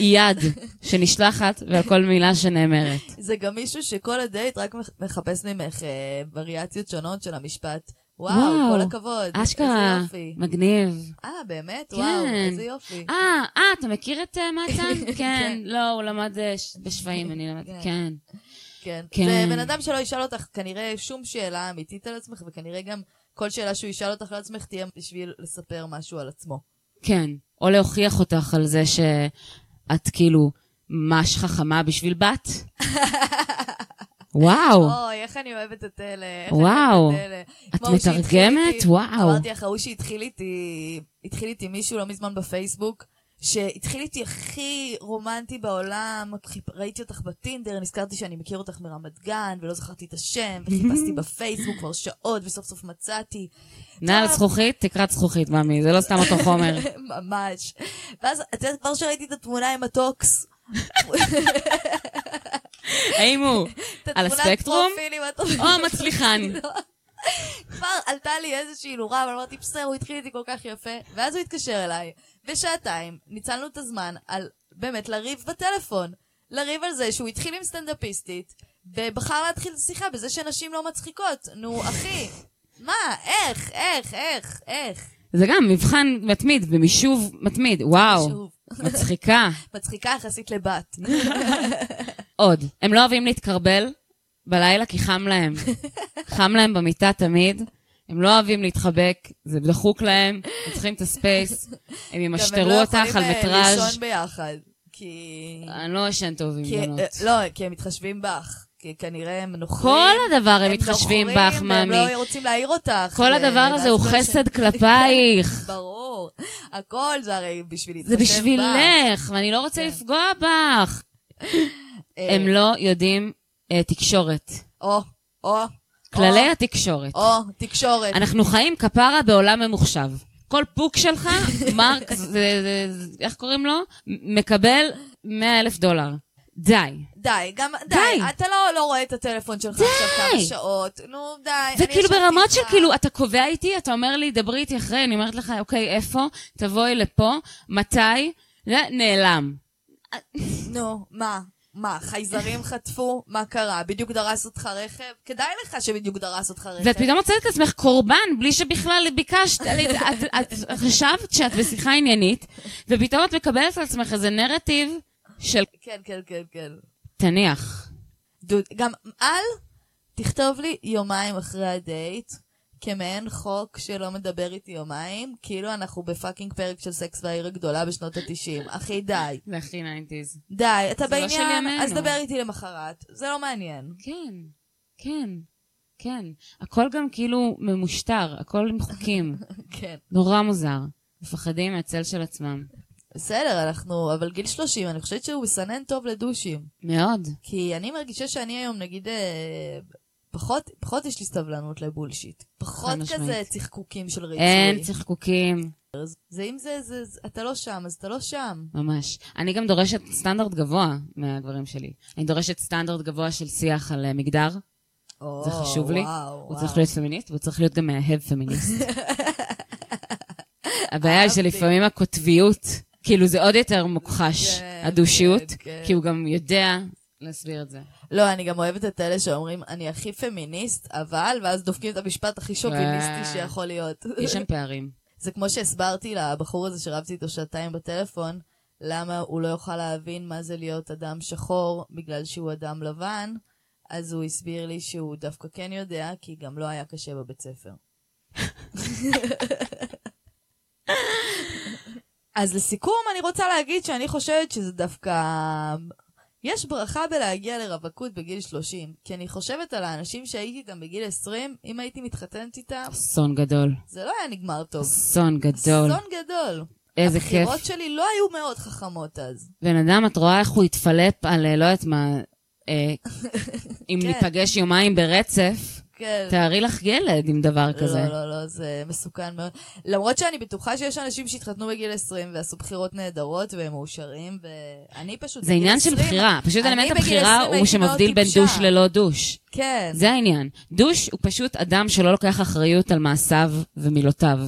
B: יד שנשלחת ועל כל מילה שנאמרת.
A: זה גם מישהו שכל הדייט רק מח- מחפש ממך אה, וריאציות שונות של המשפט. וואו,
B: וואו,
A: כל הכבוד.
B: אשכרה,
A: איזה יופי.
B: מגניב.
A: אה, באמת? וואו,
B: כן.
A: איזה יופי.
B: אה, אה, אתה מכיר את אה, מתן?
A: כן.
B: כן, לא, הוא למד אה, ש- בשפיים, אני למדתי,
A: כן.
B: כן.
A: כן.
B: כן.
A: זה בן אדם שלא ישאל אותך כנראה שום שאלה אמיתית על עצמך, וכנראה גם כל שאלה שהוא ישאל אותך על עצמך תהיה בשביל לספר משהו על עצמו.
B: כן. או להוכיח אותך על זה שאת כאילו ממש חכמה בשביל בת. וואו,
A: אוי, איך אני אוהבת את אלה. איך
B: וואו.
A: אני אוהבת את אלה.
B: את
A: כמו שהתחיל
B: מתרגמת?
A: איתי-
B: וואו.
A: אמרתי לך, ההוא שהתחיל איתי, התחיל איתי מישהו לא מזמן בפייסבוק, שהתחיל איתי הכי רומנטי בעולם, חיפ- ראיתי אותך בטינדר, נזכרתי שאני מכיר אותך מרמת גן, ולא זכרתי את השם, וחיפשתי בפייסבוק כבר שעות, וסוף סוף מצאתי.
B: נעל
A: טוב.
B: זכוכית, תקרת זכוכית, ממי, זה לא סתם אותו חומר.
A: ממש. ואז, את יודעת, כבר שראיתי את התמונה עם הטוקס,
B: האם הוא
A: את
B: על
A: התמונת
B: הספקטרום?
A: פרופיל עם הטוקס.
B: או מצליחן.
A: כבר עלתה לי איזושהי נורה, אבל אמרתי, בסדר, הוא התחיל איתי כל כך יפה, ואז הוא התקשר אליי, ושעתיים ניצלנו את הזמן על באמת לריב בטלפון. לריב על זה שהוא התחיל עם סטנדאפיסטית, ובחר להתחיל את השיחה בזה שנשים לא מצחיקות. נו, אחי, מה, איך, איך, איך, איך?
B: זה גם מבחן מתמיד ומישוב מתמיד, וואו,
A: שוב,
B: מצחיקה.
A: מצחיקה יחסית לבת.
B: עוד, הם לא אוהבים להתקרבל בלילה כי חם להם. חם להם במיטה תמיד, הם לא אוהבים להתחבק, זה דחוק להם, הם צריכים את הספייס, הם
A: גם הם לא
B: ימשטרו אותך על
A: יכולים, אה,
B: מטראז'.
A: לישון ביחד, כי...
B: אני לא ישן טוב עם
A: כי-
B: בנות.
A: אה, לא, כי הם מתחשבים בך. כי כנראה הם נוכרים.
B: כל הדבר הם
A: נוכרים,
B: מתחשבים בך,
A: והם
B: מאמי.
A: לא רוצים להעיר אותך.
B: כל
A: ו-
B: הדבר הזה
A: ואז
B: הוא
A: כל ש-
B: חסד כלפייך.
A: ברור. הכל זה הרי בשביל להתחשב
B: זה
A: בך. כן.
B: בשבילך, ואני לא רוצה לפגוע בך.
A: אה,
B: הם לא יודעים אה, תקשורת.
A: או, או,
B: כללי התקשורת.
A: או, תקשורת.
B: אנחנו חיים כפרה בעולם ממוחשב. כל פוק שלך, מרק, זה, זה, זה, איך קוראים לו? מ- מקבל 100 אלף דולר. די.
A: די, גם, די.
B: די.
A: אתה לא לא רואה את הטלפון שלך עכשיו כמה שעות. נו, די. אני ישבתי
B: וכאילו כאילו ברמות
A: איתך.
B: שכאילו, אתה קובע איתי, אתה אומר לי, דברי איתי אחרי, אני אומרת לך, אוקיי, איפה? תבואי לפה, מתי? זה נעלם.
A: נו, מה? מה, חייזרים חטפו? מה קרה? בדיוק דרס אותך רכב? כדאי לך שבדיוק דרס אותך רכב.
B: ואת פתאום מוצאת את עצמך קורבן, בלי שבכלל ביקשת, את, את, את חשבת שאת בשיחה עניינית, ופתאום את מקבלת על עצמך איזה נרטיב של
A: כן, כן, כן, כן.
B: תניח.
A: דוד, גם אל תכתוב לי יומיים אחרי הדייט, כמעין חוק שלא מדבר איתי יומיים, כאילו אנחנו בפאקינג פרק של סקס והעיר הגדולה בשנות התשעים. אחי, די.
B: זה הכי ניינטיז.
A: די, אתה
B: זה לא של
A: בעניין,
B: ימינו.
A: אז דבר איתי למחרת. זה לא מעניין.
B: כן, כן, כן. הכל גם כאילו ממושטר, הכל עם חוקים.
A: כן.
B: נורא מוזר. מפחדים מהצל של עצמם.
A: בסדר, אנחנו, אבל גיל 30, אני חושבת שהוא מסנן טוב לדושים.
B: מאוד.
A: כי אני מרגישה שאני היום, נגיד, אה, פחות, פחות יש לי סבלנות לבולשיט. פחות
B: חד משמעית.
A: כזה צחקוקים של ריצוי.
B: אין צחקוקים,
A: זה אם זה, זה, זה, אתה לא שם, אז אתה לא שם.
B: ממש. אני גם דורשת סטנדרט גבוה מהדברים שלי. אני דורשת סטנדרט גבוה של שיח על אה, מגדר.
A: או,
B: זה חשוב לי.
A: וואו,
B: הוא
A: וואו.
B: צריך להיות פמיניסט, והוא צריך להיות גם מאהב פמיניסט. הבעיה היא
A: אהבתי.
B: שלפעמים הקוטביות, כאילו זה עוד יותר מוכחש,
A: כן,
B: הדושיות,
A: כן, כן.
B: כי הוא גם יודע להסביר את זה.
A: לא, אני גם אוהבת את אלה שאומרים, אני הכי פמיניסט, אבל, ואז דופקים את המשפט הכי שוביניסטי
B: כן.
A: שיכול להיות.
B: יש שם פערים.
A: זה כמו שהסברתי לבחור הזה שרבתי איתו שעתיים בטלפון, למה הוא לא יוכל להבין מה זה להיות אדם שחור בגלל שהוא אדם לבן, אז הוא הסביר לי שהוא דווקא כן יודע, כי גם לא היה קשה בבית ספר. אז לסיכום, אני רוצה להגיד שאני חושבת שזה דווקא... יש ברכה בלהגיע לרווקות בגיל 30, כי אני חושבת על האנשים שהייתי איתם בגיל 20, אם הייתי מתחתנת איתם,
B: אסון גדול.
A: זה לא היה נגמר טוב.
B: אסון גדול.
A: אסון גדול.
B: איזה כיף.
A: הבחירות שלי לא היו מאוד חכמות אז.
B: בן אדם, את רואה איך הוא התפלפ על אה, לא יודעת מה, אה, אם
A: כן.
B: ניפגש יומיים ברצף,
A: כן.
B: תארי לך ילד עם דבר כזה.
A: לא, לא, לא, זה מסוכן מאוד. למרות שאני בטוחה שיש אנשים שהתחתנו בגיל 20 ועשו בחירות נהדרות והם מאושרים, ואני פשוט...
B: זה
A: בגיל
B: עניין של
A: 20
B: בחירה. פשוט
A: אני
B: אלמנט
A: בגיל 20
B: הבחירה הוא
A: הייתי מאוד
B: שמבדיל בין
A: טיפשה.
B: דוש ללא דוש.
A: כן.
B: זה העניין. דוש הוא פשוט אדם שלא לוקח אחריות על מעשיו ומילותיו.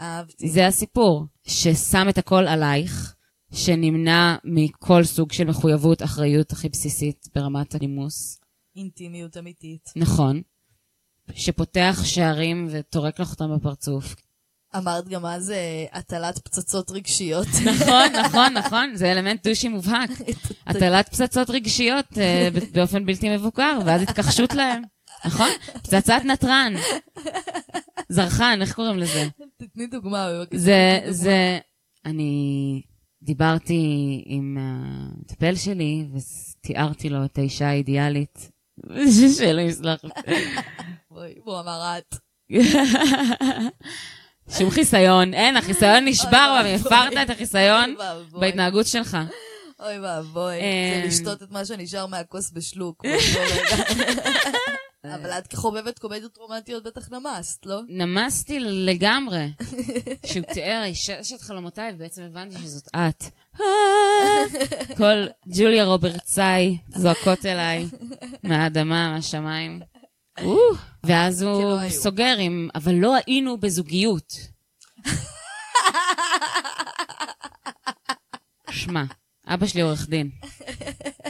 A: אהבתי.
B: זה הסיפור, ששם את הכל עלייך, שנמנע מכל סוג של מחויבות, אחריות הכי בסיסית ברמת הנימוס.
A: אינטימיות אמיתית.
B: נכון. שפותח שערים וטורק לך אותם בפרצוף.
A: אמרת גם אז אה, הטלת פצצות רגשיות.
B: נכון, נכון, נכון, זה אלמנט דושי מובהק. הטלת פצצות רגשיות אה, ב- באופן בלתי מבוקר, ואז התכחשות להם. נכון? פצצת נתרן. זרחן, איך קוראים לזה?
A: תתני דוגמה בבקשה.
B: זה, זה, אני דיברתי עם המטפל שלי ותיארתי לו את האישה האידיאלית. שלא יסלח לי.
A: בואי, הוא אמר את.
B: שום חיסיון, אין, החיסיון נשבר,
A: אוי,
B: הפרת
A: אוי.
B: את החיסיון
A: אוי ואבוי.
B: בהתנהגות שלך.
A: אוי ואבוי.
B: אה.
A: זה לשתות את מה שנשאר מהכוס בשלוק. באותו רגע. אבל את כחובבת קומדיות רומנטיות בטח נמסת, לא?
B: נמסתי לגמרי. שהוא תיאר, האישה של חלומותיי, ובעצם הבנתי שזאת את. אה, כל ג'וליה רוברטסאי זועקות אליי מהאדמה, מהשמיים. אוו. ואז
A: אה, שלא
B: הוא
A: היו.
B: סוגר עם, אבל לא היינו בזוגיות. שמע, אבא שלי עורך דין.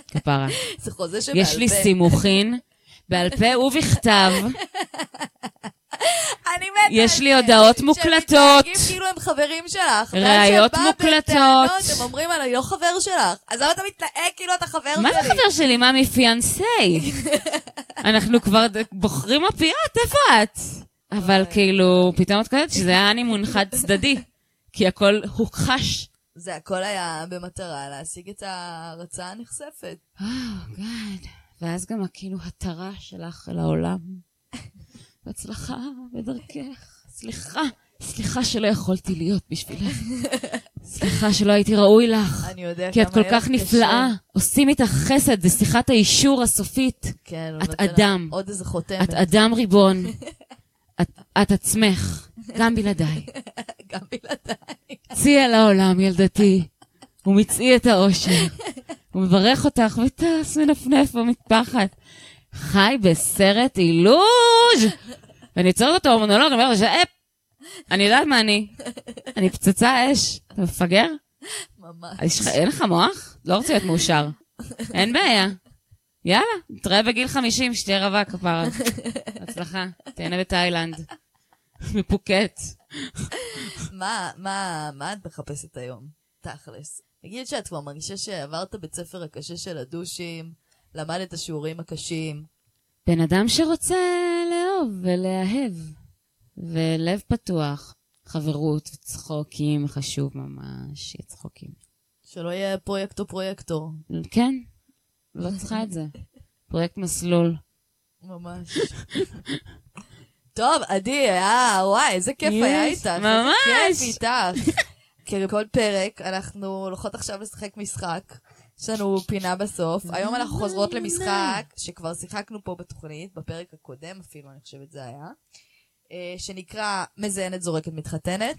B: כפרה.
A: זה חוזה שבעל פה.
B: יש לי סימוכין, בעל פה ובכתב.
A: אני מתה.
B: יש
A: על
B: לי
A: זה.
B: הודעות
A: שהם
B: מוקלטות.
A: מתנהגים כאילו הם חברים שלך. ואז
B: ראיות
A: כשאת באה
B: מוקלטות.
A: בטענות, הם אומרים, אני לא חבר שלך. אז למה אתה מתנהג כאילו אתה חבר שלי?
B: מה זה חבר שלי? מה מפיאנסי? אנחנו כבר ד- בוחרים מפיית, איפה את? אבל כאילו, פתאום את קולטת שזה היה הנימון חד צדדי, כי הכל הוכחש.
A: זה הכל היה במטרה להשיג את ההרצאה הנכספת.
B: גאד. ואז גם כאילו התרה שלך אל העולם. בהצלחה בדרכך. סליחה, סליחה שלא יכולתי להיות בשבילך. סליחה שלא הייתי ראוי לך.
A: אני יודע כמה...
B: כי את כל
A: היה לך
B: כך
A: קשה.
B: נפלאה. עושים איתך חסד, זה שיחת האישור הסופית.
A: כן, הוא
B: את
A: נותן לה
B: אדם.
A: עוד איזה חותמת.
B: את אדם ריבון. את, את עצמך, גם בלעדיי.
A: גם בלעדיי.
B: צאי אל העולם, ילדתי, ומצאי את האושר. הוא מברך אותך וטס מנפנף במטפחת. חי בסרט אילוז'! ואני עוצרת אותו במונולוג, אני אומרת לו, אפ! אני יודעת מה אני. אני פצצה אש. אתה מפגר?
A: ממש.
B: יש לך- אין לך מוח? לא רוצה להיות מאושר. אין בעיה. יאללה, נתראה בגיל 50, שתהיה רווק כבר. הצלחה, תהנה בתאילנד. מפוקט.
A: מה, מה, מה את מחפשת היום? תכלס. נגיד שאת כבר מרגישה שעברת בית ספר הקשה של הדושים, למדת את השיעורים הקשים.
B: בן אדם שרוצה לאהוב ולהאהב. ולב פתוח, חברות וצחוקים, חשוב ממש, שיהיה צחוקים.
A: שלא יהיה פרויקט או פרויקטור.
B: כן, לא צריכה את זה. פרויקט מסלול.
A: ממש. טוב, עדי, היה, וואי, איזה כיף
B: יש,
A: היה איתך. איזה
B: ממש.
A: כיף איתך. ככל פרק, אנחנו הולכות עכשיו לשחק משחק. יש לנו פינה בסוף. היום אנחנו חוזרות למשחק שכבר שיחקנו פה בתוכנית, בפרק הקודם אפילו, אני חושבת זה היה, אה, שנקרא מזיינת זורקת מתחתנת.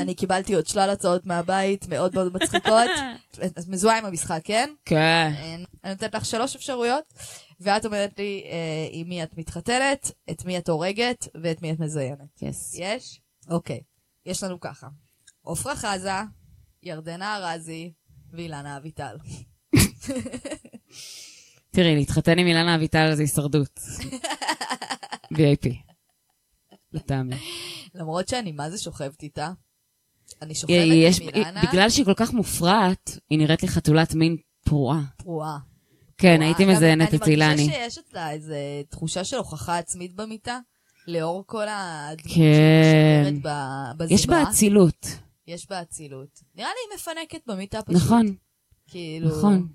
A: אני קיבלתי עוד שלל הצעות מהבית, מאוד מאוד מצחיקות. את מזוהה עם המשחק, כן?
B: כן.
A: אני נותנת לך שלוש אפשרויות, ואת אומרת לי אה, עם מי את מתחתנת, את מי את הורגת ואת מי את מזיינת.
B: יס.
A: יש? אוקיי. יש לנו ככה. עפרה חזה, ירדנה ארזי ואילנה אביטל.
B: תראי, להתחתן עם אילנה אביטל זה הישרדות. VIP. לטעמי.
A: למרות שאני מה זה שוכבת איתה. אני שוכבת
B: היא- אה, יש-
A: עם אילנה
B: היא- בגלל שהיא כל כך מופרעת, היא נראית לי חתולת מין פרועה.
A: פרועה.
B: כן,
A: פרועה.
B: הייתי
A: גם
B: מזיינת את
A: אני
B: אילני.
A: מרגישה שיש אצלה איזו תחושה של הוכחה עצמית במיטה, לאור כל הדמות
B: כן.
A: שמשקרת ב- בזמרה.
B: יש בה אצילות,
A: יש בה אצילות. נראה לי היא מפנקת במיטה פשוט.
B: נכון,
A: כאילו...
B: נכון.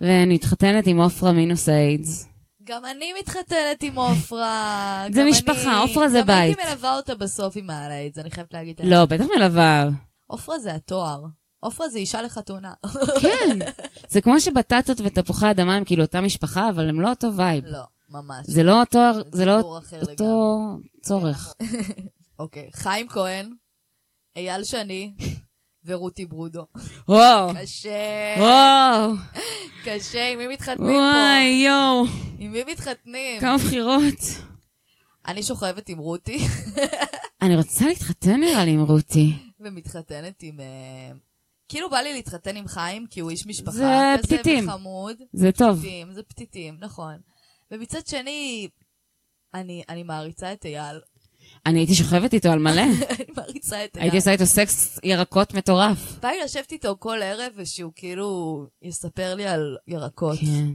B: ואני מתחתנת עם עופרה מינוס האיידס.
A: גם אני מתחתנת עם עופרה.
B: זה
A: גם
B: משפחה,
A: אני-
B: עופרה זה
A: גם הייתי
B: בית.
A: מלווה אותה בסוף עם מעלה את זה, אני חייבת להגיד.
B: לא, בטח מלווה.
A: עופרה זה התואר. עופרה זה אישה לחתונה.
B: כן. זה כמו שבטטות ותפוחי אדמה הם כאילו אותה משפחה, אבל הם לא אותו וייב.
A: לא, ממש.
B: זה לא אותו, זה לא
A: סיפור אחר לגמרי.
B: אותו צורך.
A: אוקיי, חיים כהן, אייל שני ורותי ברודו.
B: וואו,
A: קשה,
B: וואו,
A: קשה, עם מי מתחתנים
B: וואי,
A: פה?
B: יואו,
A: עם מי מתחתנים?
B: כמה בחירות.
A: אני שוכבת עם רותי
B: אני רוצה להתחתן נראה לי עם רותי.
A: ומתחתנת עם... אה, כאילו בא לי להתחתן עם חיים, כי הוא איש משפחה.
B: זה
A: כזה
B: פתיתים.
A: וחמוד.
B: זה טוב.
A: פתיתים, זה פתיתים, נכון. ומצד שני, אני, אני מעריצה את אייל.
B: אני הייתי שוכבת איתו על מלא.
A: אני מעריצה את אייל.
B: הייתי עושה איתו סקס ירקות מטורף.
A: בא לי לשבת איתו כל ערב, ושהוא כאילו יספר לי על ירקות.
B: כן.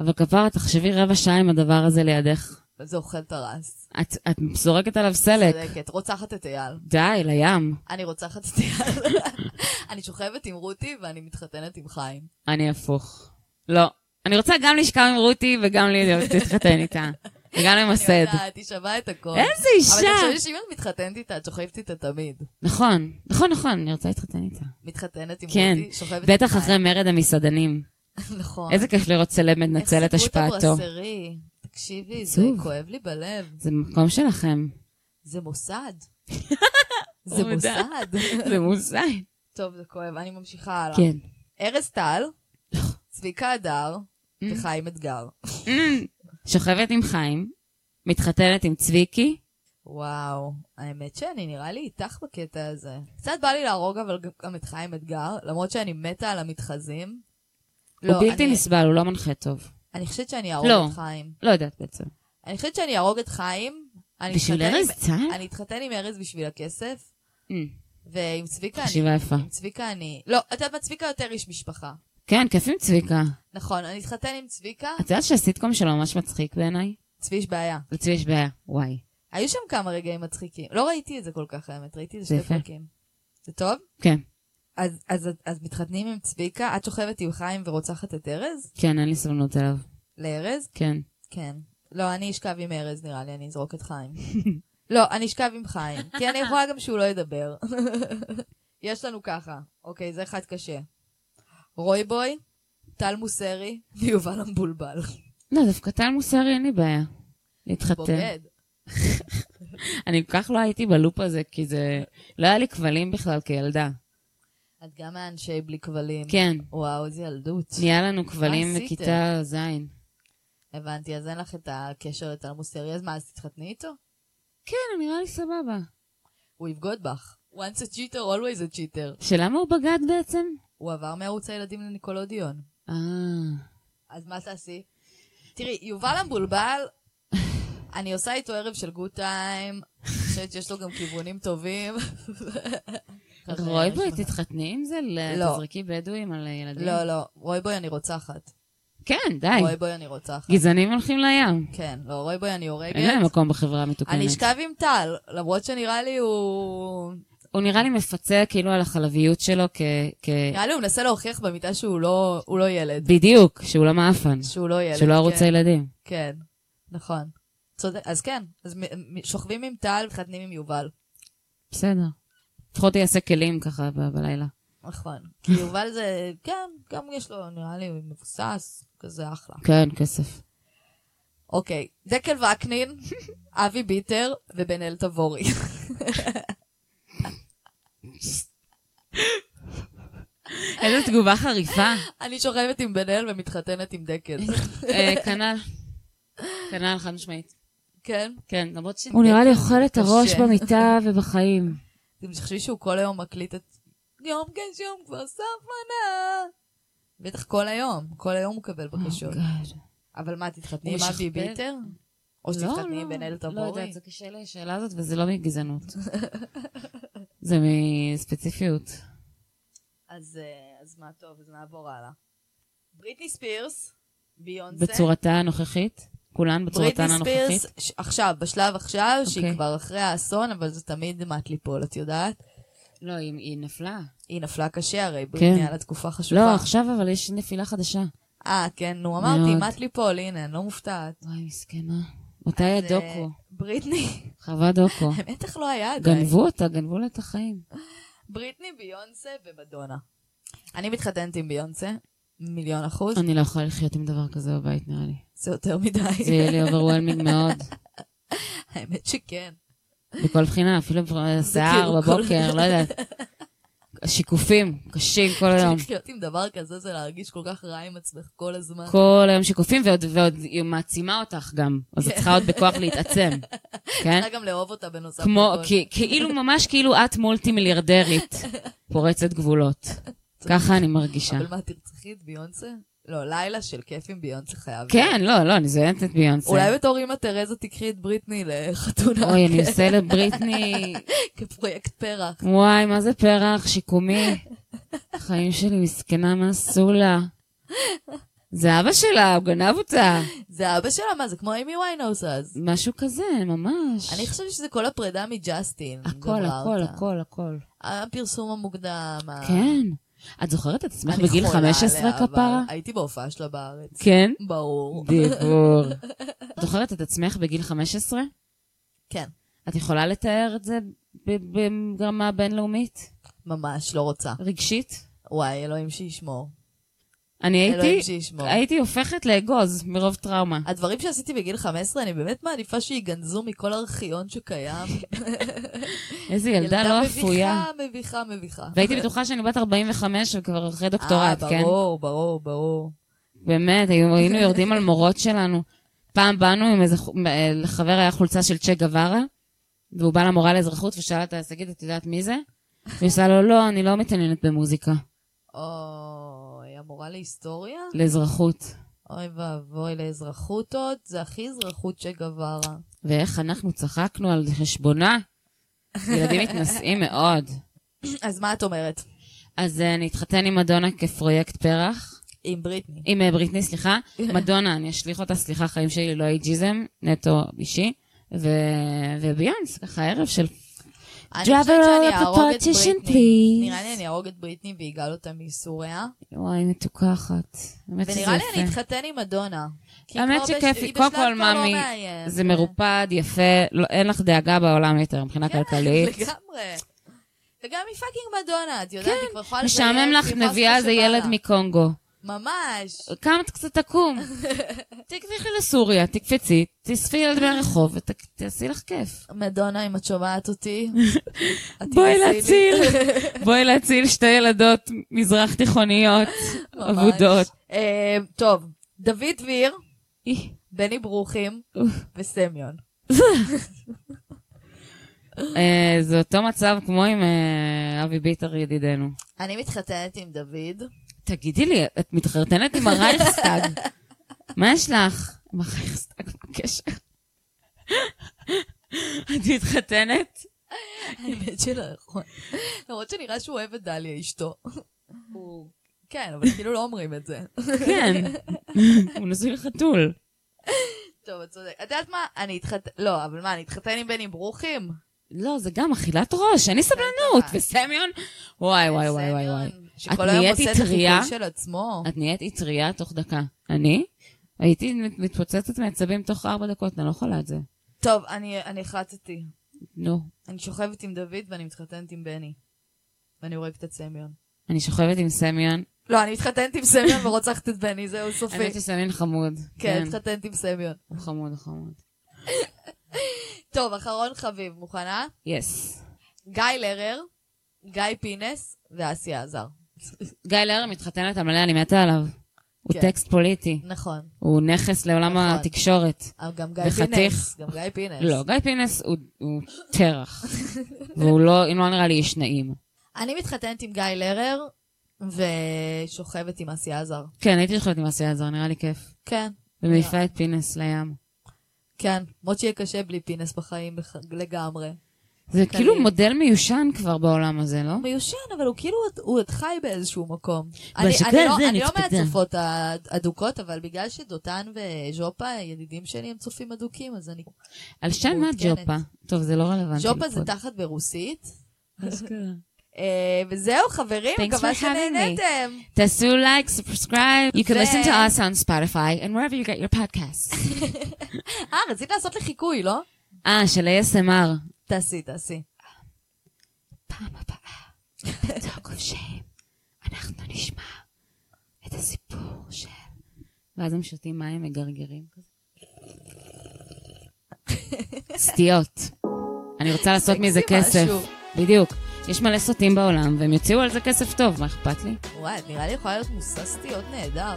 B: אבל כפרה, תחשבי רבע שעה עם הדבר הזה לידך.
A: זה אוכל טרס.
B: את, את זורקת עליו סלק.
A: צודקת, רוצחת את אייל.
B: די, לים.
A: אני רוצחת את אייל. אני שוכבת עם רותי ואני מתחתנת עם חיים.
B: אני הפוך. לא. אני רוצה גם לשכב עם רותי וגם להיות- להתחתן איתה. וגם
A: אני
B: למסד.
A: יודעת, היא שווה את הכל.
B: איזה
A: אבל
B: אישה!
A: תחשבי שאם את מתחתנת איתה, את שוכבת איתה תמיד.
B: נכון, נכון, נכון, אני רוצה להתחתן איתה.
A: מתחתנת עם
B: כן,
A: רותי, שוכבת עם
B: בטח אחרי
A: חיים.
B: מרד המסעדנים.
A: נכון.
B: איזה כיף לראות סלב מנצל את
A: איך סגרו
B: השפעתו.
A: את הברסרי? תקשיבי, זה
B: עצוב.
A: כואב לי בלב.
B: זה מקום שלכם.
A: זה מוסד. זה
B: הוא יודע.
A: מוסד.
B: זה מוזיי.
A: טוב, זה כואב, אני ממשיכה הלאה.
B: כן.
A: ארז טל, צביקה הדר
B: Mm.
A: וחיים אתגר.
B: שוכבת עם חיים, מתחתנת עם צביקי,
A: וואו, האמת שאני נראה לי איתך בקטע הזה. קצת בא לי להרוג אבל גם את חיים אתגר, למרות שאני מתה על המתחזים.
B: הוא בלתי
A: אני-
B: נסבל, הוא לא מנחה טוב.
A: אני חושבת שאני אהרוג
B: לא.
A: את חיים.
B: לא יודעת בעצם.
A: אני חושבת שאני אהרוג את חיים. אני
B: בשביל
A: אתחתן
B: ארז
A: עם-
B: צה"ל?
A: אני אתחתן עם ארז בשביל הכסף,
B: Mm,
A: ועם צביקה אני...
B: חשיבה יפה.
A: עם צביקה אני... לא, את יודעת מה? צביקה יותר איש משפחה.
B: כן, כיף עם צביקה.
A: נכון, אני אתחתן עם צביקה,
B: את יודעת שהסיטקום שלו ממש מצחיק בעיניי?
A: צבי יש בעיה.
B: לצבי יש בעיה. וואי.
A: היו שם כמה רגעים מצחיקים. לא ראיתי את זה כל כך, האמת, ראיתי את זה
B: זה
A: שתי
B: יפה.
A: פרקים. זה טוב?
B: כן,
A: אז, אז, אז מתחתנים עם צביקה, את שוכבת עם חיים ורוצחת את ארז?
B: כן, אין לי סבלנות אליו.
A: לארז?
B: כן.
A: כן. לא, אני אשכב עם ארז, נראה לי, אני אזרוק את חיים. לא, אני אשכב עם חיים, כי אני יכולה גם שהוא לא ידבר. יש לנו ככה. אוקיי, זה אחד קשה. רוי בוי, טל מוסרי ויובל המבולבל.
B: לא, דווקא טל מוסרי אין לי בעיה. להתחתן.
A: בוגד.
B: אני כל כך לא הייתי בלופ הזה, כי זה... לא היה לי כבלים בכלל כילדה.
A: את גם מאנשי בלי כבלים.
B: כן.
A: וואו, איזה ילדות.
B: נהיה לנו כבלים
A: מה עשיתם?
B: בכיתה ז'.
A: הבנתי, אז אין לך את הקשר לטל מוסרי, אז מה, אז תתחתני איתו?
B: כן, נראה לי סבבה.
A: הוא יבגוד בך. once a cheater, always a cheater.
B: שלמה הוא בגד בעצם?
A: הוא עבר מערוץ הילדים לניקולודיון.
B: אה...
A: אז מה תעשי? תראי, יובל המבולבל, אני עושה איתו ערב של גוד טיים, אני חושבת שיש לו גם כיוונים טובים.
B: רוי בוי, תתחתני עם זה? ל-
A: לא.
B: תזרקי בדואים על ילדים?
A: לא, לא, רוי בוי אני רוצחת.
B: כן, די.
A: רוי בוי אני רוצחת.
B: גזענים הולכים לים.
A: כן, לא, רוי בוי אני
B: אין להם
A: הורגת.
B: מקום בחברה המתוקנת.
A: אני אשכב עם טל, למרות שנראה לי הוא...
B: הוא נראה לי מפצה כאילו על החלביות שלו כ... כ-
A: נראה לי הוא מנסה להוכיח במיטה שהוא לא הוא לא ילד.
B: בדיוק, שהוא לא מעפן.
A: שהוא לא ילד.
B: שהוא לא ערוץ
A: כן.
B: הילדים.
A: כן, נכון. צודק, אז כן, אז מ- מ- שוכבים עם טל, מתחתנים עם יובל.
B: בסדר. לפחות יעשה כלים ככה ב- בלילה.
A: נכון. כי יובל זה, כן, גם יש לו, נראה לי, הוא מבוסס, כזה אחלה.
B: כן, כסף.
A: אוקיי, דקל וקנין, אבי ביטר ובן אל תבורי.
B: איזו תגובה חריפה.
A: אני שוכבת עם בן אל ומתחתנת עם דקל.
B: אה, כנ"ל. כנ"ל, חד משמעית.
A: כן?
B: כן, למרות ש... Oh,
C: הוא נראה לי אוכל את הראש
A: קשה.
C: במיטה ובחיים.
A: אתם חושבים שהוא כל היום מקליט את... יום כן שיום כבר סוף מנה. בטח כל היום, כל היום הוא מקבל בקשות.
B: God.
A: אבל מה, תתחתני
B: הוא
A: עם אבי
B: משכפל?
A: ביטר? או שתתחתני עם בן אל
B: לא
A: תבורי?
B: יודעת, זה קשה לי השאלה הזאת, וזה לא מגזענות. זה מספציפיות.
A: אז אה, אז מה טוב, אז נעבור הלאה. בריטני ספירס, ביונסה.
B: בצורתה הנוכחית? כולן בצורתן
A: בריטני ספירס,
B: הנוכחית?
A: ש- עכשיו, בשלב עכשיו, שהיא
B: אוקיי.
A: כבר אחרי האסון, אבל זה תמיד מת ליפול, את יודעת?
B: לא, היא היא נפלה.
A: היא נפלה קשה, הרי בריטני על התקופה חשובה.
B: כן. לא, עכשיו אבל יש נפילה חדשה.
A: אה, כן, נו, אמרתי,
B: מאוד.
A: מת ליפול, הנה, אני לא מופתעת.
B: וואי, מסכנה. מתי הדוקו?
A: אה, בריטני,
B: חווה דוקו.
A: בטח לא היה עדיין.
B: גנבו אותה, גנבו לה את החיים.
A: בריטני, ביונסה ומדונה. אני מתחתנת עם ביונסה, מיליון אחוז,
B: אני לא יכולה לחיות עם דבר כזה בבית, נראה לי.
A: זה יותר מדי.
B: זה יהיה לי overwhelming מאוד.
A: האמת שכן.
B: מכל בחינה, אפילו שיער
A: כאילו כל-
B: בבוקר, לא יודעת. שיקופים, קשים כל היום.
A: לחיות עם דבר כזה זה להרגיש כל כך רע עם עצמך כל הזמן.
B: כל היום שיקופים, ועוד, ועוד היא מעצימה אותך גם. אז
A: כן.
B: את צריכה עוד בכוח להתעצם, כן?
A: אפשר גם לאהוב אותה בנוסף.
B: כמו,
A: לכל.
B: כי- כאילו, ממש כאילו את מולטי מיליארדרית, פורצת גבולות. ככה אני מרגישה.
A: אבל מה, תרצחי את ביונסה? לא, לילה של כיף עם ביונסה חייב. להיות.
B: כן, לא, לא, אני זוהנת את ביונסה.
A: אולי בתור אימא תרזה תקחי את בריטני לחתונה.
B: אוי, אני
A: כ-
B: עושה לבריטני,
A: כפרויקט פרח.
B: וואי, מה זה פרח, שיקומי. החיים שלי מסכנה, מה עשו לה? זה אבא שלה, הוא גנב אותה.
A: זה אבא שלה, מה זה כמו אימי ויינאוס אז.
B: משהו כזה, ממש.
A: אני חשבתי שזה כל הפרידה מג'סטין.
B: הכל,
A: גמרה
B: הכל,
A: אותה.
B: הכל, הכל.
A: הפרסום המוקדם. ה-
B: כן. את זוכרת את עצמך
A: אני
B: בגיל
A: חולה
B: 15
A: עליה,
B: כפרה?
A: אבל הייתי בהופעה שלה בארץ.
B: כן?
A: ברור.
B: דיבור. את זוכרת את עצמך בגיל 15?
A: כן.
B: את יכולה לתאר את זה ב- ברמה בינלאומית?
A: ממש, לא רוצה.
B: רגשית?
A: וואי, אלוהים שישמור.
B: אני
A: אלוהים
B: הייתי,
A: שישמור.
B: הייתי הופכת לאגוז מרוב טראומה.
A: הדברים שעשיתי בגיל 15, אני באמת מעדיפה שיגנזו מכל ארכיון שקיים.
B: איזה ילדה לא אפויה.
A: מביכה, מביכה, מביכה.
B: והייתי בטוחה שאני בת 45 וכבר אחרי דוקטורט,
A: אה,
B: כן?
A: ברור, ברור, ברור.
B: באמת, היו- היינו יורדים על מורות שלנו. פעם באנו עם איזה, חו- אה, לחבר היה חולצה של צ'ה גווארה, והוא בא למורה לאזרחות ושאל אותה, שגית, את יודעת מי זה? והיא עושה לו, לא, אני לא מתעניינת במוזיקה,
A: אוי, המורה להיסטוריה?
B: לאזרחות.
A: אוי ואבוי, לאזרחות עוד? זה הכי אזרחות שגברה.
B: ואיך אנחנו צחקנו על חשבונה. ילדים מתנשאים מאוד.
A: אז מה את אומרת?
B: אז אה, אני אתחתן עם מדונה כפרויקט פרח.
A: עם בריטני.
B: עם אה, בריטני, סליחה. מדונה, אני אשליך אותה, סליחה, חיים שלי לא אייג'יזם, נטו אישי. ו... וביונס, ככה ערב של...
A: אני
B: Driver
A: חושבת שאני
B: of the
A: אהרוג את
B: partition,
A: בריטני.
B: please.
A: נראה לי אני אהרוג את בריטני ויגאל אותה מסוריה.
B: וואי, מתוקחת. באמת שזה יפה.
A: ונראה לי אני אתחתן עם מדונה. כי
B: האמת
A: כבר בש-
B: שכיף,
A: היא
B: קודם
A: בשלב
B: כל,
A: כבר לא
B: מאמי,
A: מאיים.
B: זה מרופד, יפה, לא, אין לך דאגה בעולם יותר מבחינה כלכלית.
A: כן, לגמרי. וגם היא פאקינג מדונה, את יודעת, היא כבר יכולה לזיין
B: כן, משעמם לך,
A: טיפה
B: מביאה איזה
A: שבא
B: ילד
A: לה.
B: מקונגו.
A: ממש.
B: כמה את קצת תקום. תלכי לסוריה, תקפצי, תאספי ילד מהרחוב ותעשי לך כיף.
A: מדונה, אם את שומעת אותי, את
B: בואי
A: תנסי לי.
B: להציל, בואי להציל שתי ילדות מזרח תיכוניות
A: ממש.
B: אבודות.
A: אה, טוב, דוד דביר,
B: אי,
A: בני ברוכים
B: אוף.
A: וסמיון.
B: אה, זה אותו מצב כמו עם אה, אבי ביטר ידידנו.
A: אני מתחתנת עם דוד.
B: תגידי לי, את מתחרטנת עם הרייכסטאג. מה יש לך? עם הרייכסטאג בקשר. את מתחתנת?
A: האמת שלא יכול. למרות שנראה שהוא אוהב את דליה אשתו. כן, אבל כאילו לא אומרים את זה.
B: כן. הוא נשוי לחתול.
A: טוב, את צודקת. את יודעת מה? אני אתחתן... לא, אבל מה, אני אתחתן עם בני ברוכים?
B: לא, זה גם אכילת ראש, אין לי סבלנות.
A: טובה.
B: וסמיון, וואי, וואי, וואי, וואי, וואי.
A: סמיון,
B: את
A: שכל היום
B: נהיית
A: עושה את
B: טרייה?
A: הטיפול של עצמו.
B: את נהיית אטריה תוך דקה. אני? הייתי מת- מתפוצצת מעצבים תוך ארבע דקות, אני לא יכולה את זה.
A: טוב, אני אני החלטתי.
B: נו.
A: אני שוכבת עם דוד ואני מתחתנת עם בני. ואני הורגת את סמיון.
B: אני שוכבת עם סמיון.
A: לא, אני מתחתנת עם סמיון ורוצחת את בני, זהו, סופי.
B: האמת שסמיון חמוד.
A: כן, מתחתנת עם סמיון.
B: הוא חמוד, הוא חמוד.
A: טוב, אחרון חביב, מוכנה?
B: יס.
A: גיא לרר, גיא פינס ואסיה עזר.
B: גיא לרר מתחתן איתה מלא, אני מתה עליו. הוא
A: כן.
B: טקסט פוליטי.
A: נכון.
B: הוא נכס לעולם
A: נכון.
B: התקשורת.
A: אבל גם גיא
B: וחתיך.
A: פינס. גם גיא פינס.
B: לא, גיא פינס הוא- הוא טרח. והוא לא, לא נראה לי איש נעים.
A: אני מתחתנת עם גיא לרר ושוכבת עם אסיה עזר.
B: כן, הייתי שוכבת עם אסיה עזר, נראה לי כיף.
A: כן.
B: ומעיפה את פינס לים.
A: כן, למרות שיהיה קשה בלי פינס בחיים בח- לגמרי.
B: זה
A: קליל.
B: כאילו מודל מיושן כבר בעולם הזה, לא?
A: מיושן, אבל הוא כאילו, עוד- הוא עוד חי באיזשהו מקום.
D: אבל
A: אני,
D: שכן,
A: אני, לא,
D: זה
A: אני לא
D: נצפתה.
A: מהצופות האדוקות, אבל בגלל שדותן וז'ופה, ידידים שלי, הם צופים אדוקים, אז אני...
B: על שם מה
A: מעודכנת.
B: ג'ופה? טוב, זה לא רלוונטי.
A: ז'ופה זה
B: לפוד.
A: תחת ברוסית. אה, וזהו, חברים,
B: Thanks
A: מקווה
B: for having me.
A: שנהנתם.
B: תעשו לייק, subscribe. You can listen to
A: ו-
B: us on Spotify and wherever you get your podcasts.
A: אה, רצית לעשות לי חיקוי, לא?
B: אה, של ASMR.
A: תעשי, תעשי.
B: פעם הבאה, בצוק חופשיים, אנחנו נשמע את הסיפור של... ואז הם שותים מים מגרגרים כזה. סטיות. אני רוצה לעשות מזה
A: סקסי
B: כסף.
A: משהו.
B: בדיוק. יש מלא סוטים בעולם, והם יוציאו על זה כסף טוב, מה אכפת לי?
A: וואי, את נראה לי יכולה להיות מושא סטיות נהדר.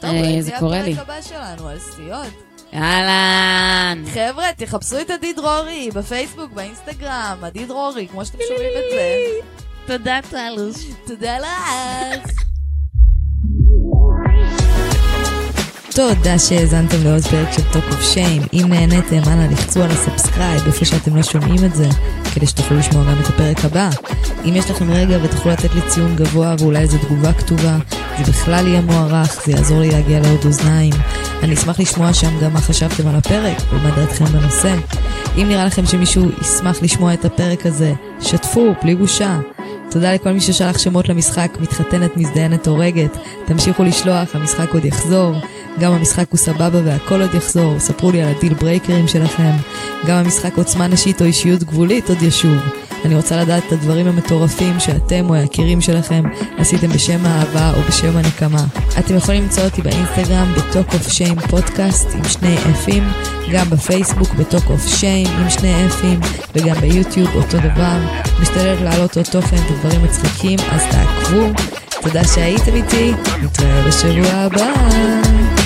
A: טוב,
B: אה,
A: אולי
B: זה
A: תהיה
B: קורה
A: הפרק
B: לי.
A: הבא שלנו על סטיות.
B: אהלן!
A: חבר'ה, תחפשו את עדי דרורי בפייסבוק, באינסטגרם, עדי דרורי, כמו שאתם שומעים את זה.
B: תודה, טלוש.
A: תודה לך. תודה שהאזנתם לעוד פרק של טוק אוף שיים. אם נהניתם, אנא לחצו על הסאבסקרייב, איפה שאתם לא שומעים את זה, כדי שתוכלו לשמוע גם את הפרק הבא. אם יש לכם רגע ותוכלו לתת לי ציון גבוה ואולי איזו תגובה כתובה, זה בכלל יהיה מוערך, זה יעזור לי להגיע לעוד אוזניים. אני אשמח לשמוע שם גם מה חשבתם על הפרק ומה דעתכם בנושא. אם נראה לכם שמישהו ישמח לשמוע את הפרק הזה, שתפו, בלי בושה. תודה לכל מי ששלח שמות למשחק, מתחתנת, מזדיינת, הורגת. תמשיכו לשלוח, המשחק עוד יחזור. גם המשחק הוא סבבה והכל עוד יחזור. ספרו לי על הדיל ברייקרים שלכם. גם המשחק עוצמה נשית או אישיות גבולית עוד ישוב. אני רוצה לדעת את הדברים המטורפים שאתם או היקירים שלכם עשיתם בשם האהבה או בשם הנקמה. אתם יכולים למצוא אותי באינסטגרם ב-Talk of Shame פודקאסט עם שני אפים, גם בפייסבוק ב-Talk of Shame עם שני אפים, וגם ביוטיוב אותו דבר. משתדלת להעלות עוד תוכן ודברים מצחיקים, אז תעקבו. תודה שהייתם איתי, נתראה בשבוע הבא.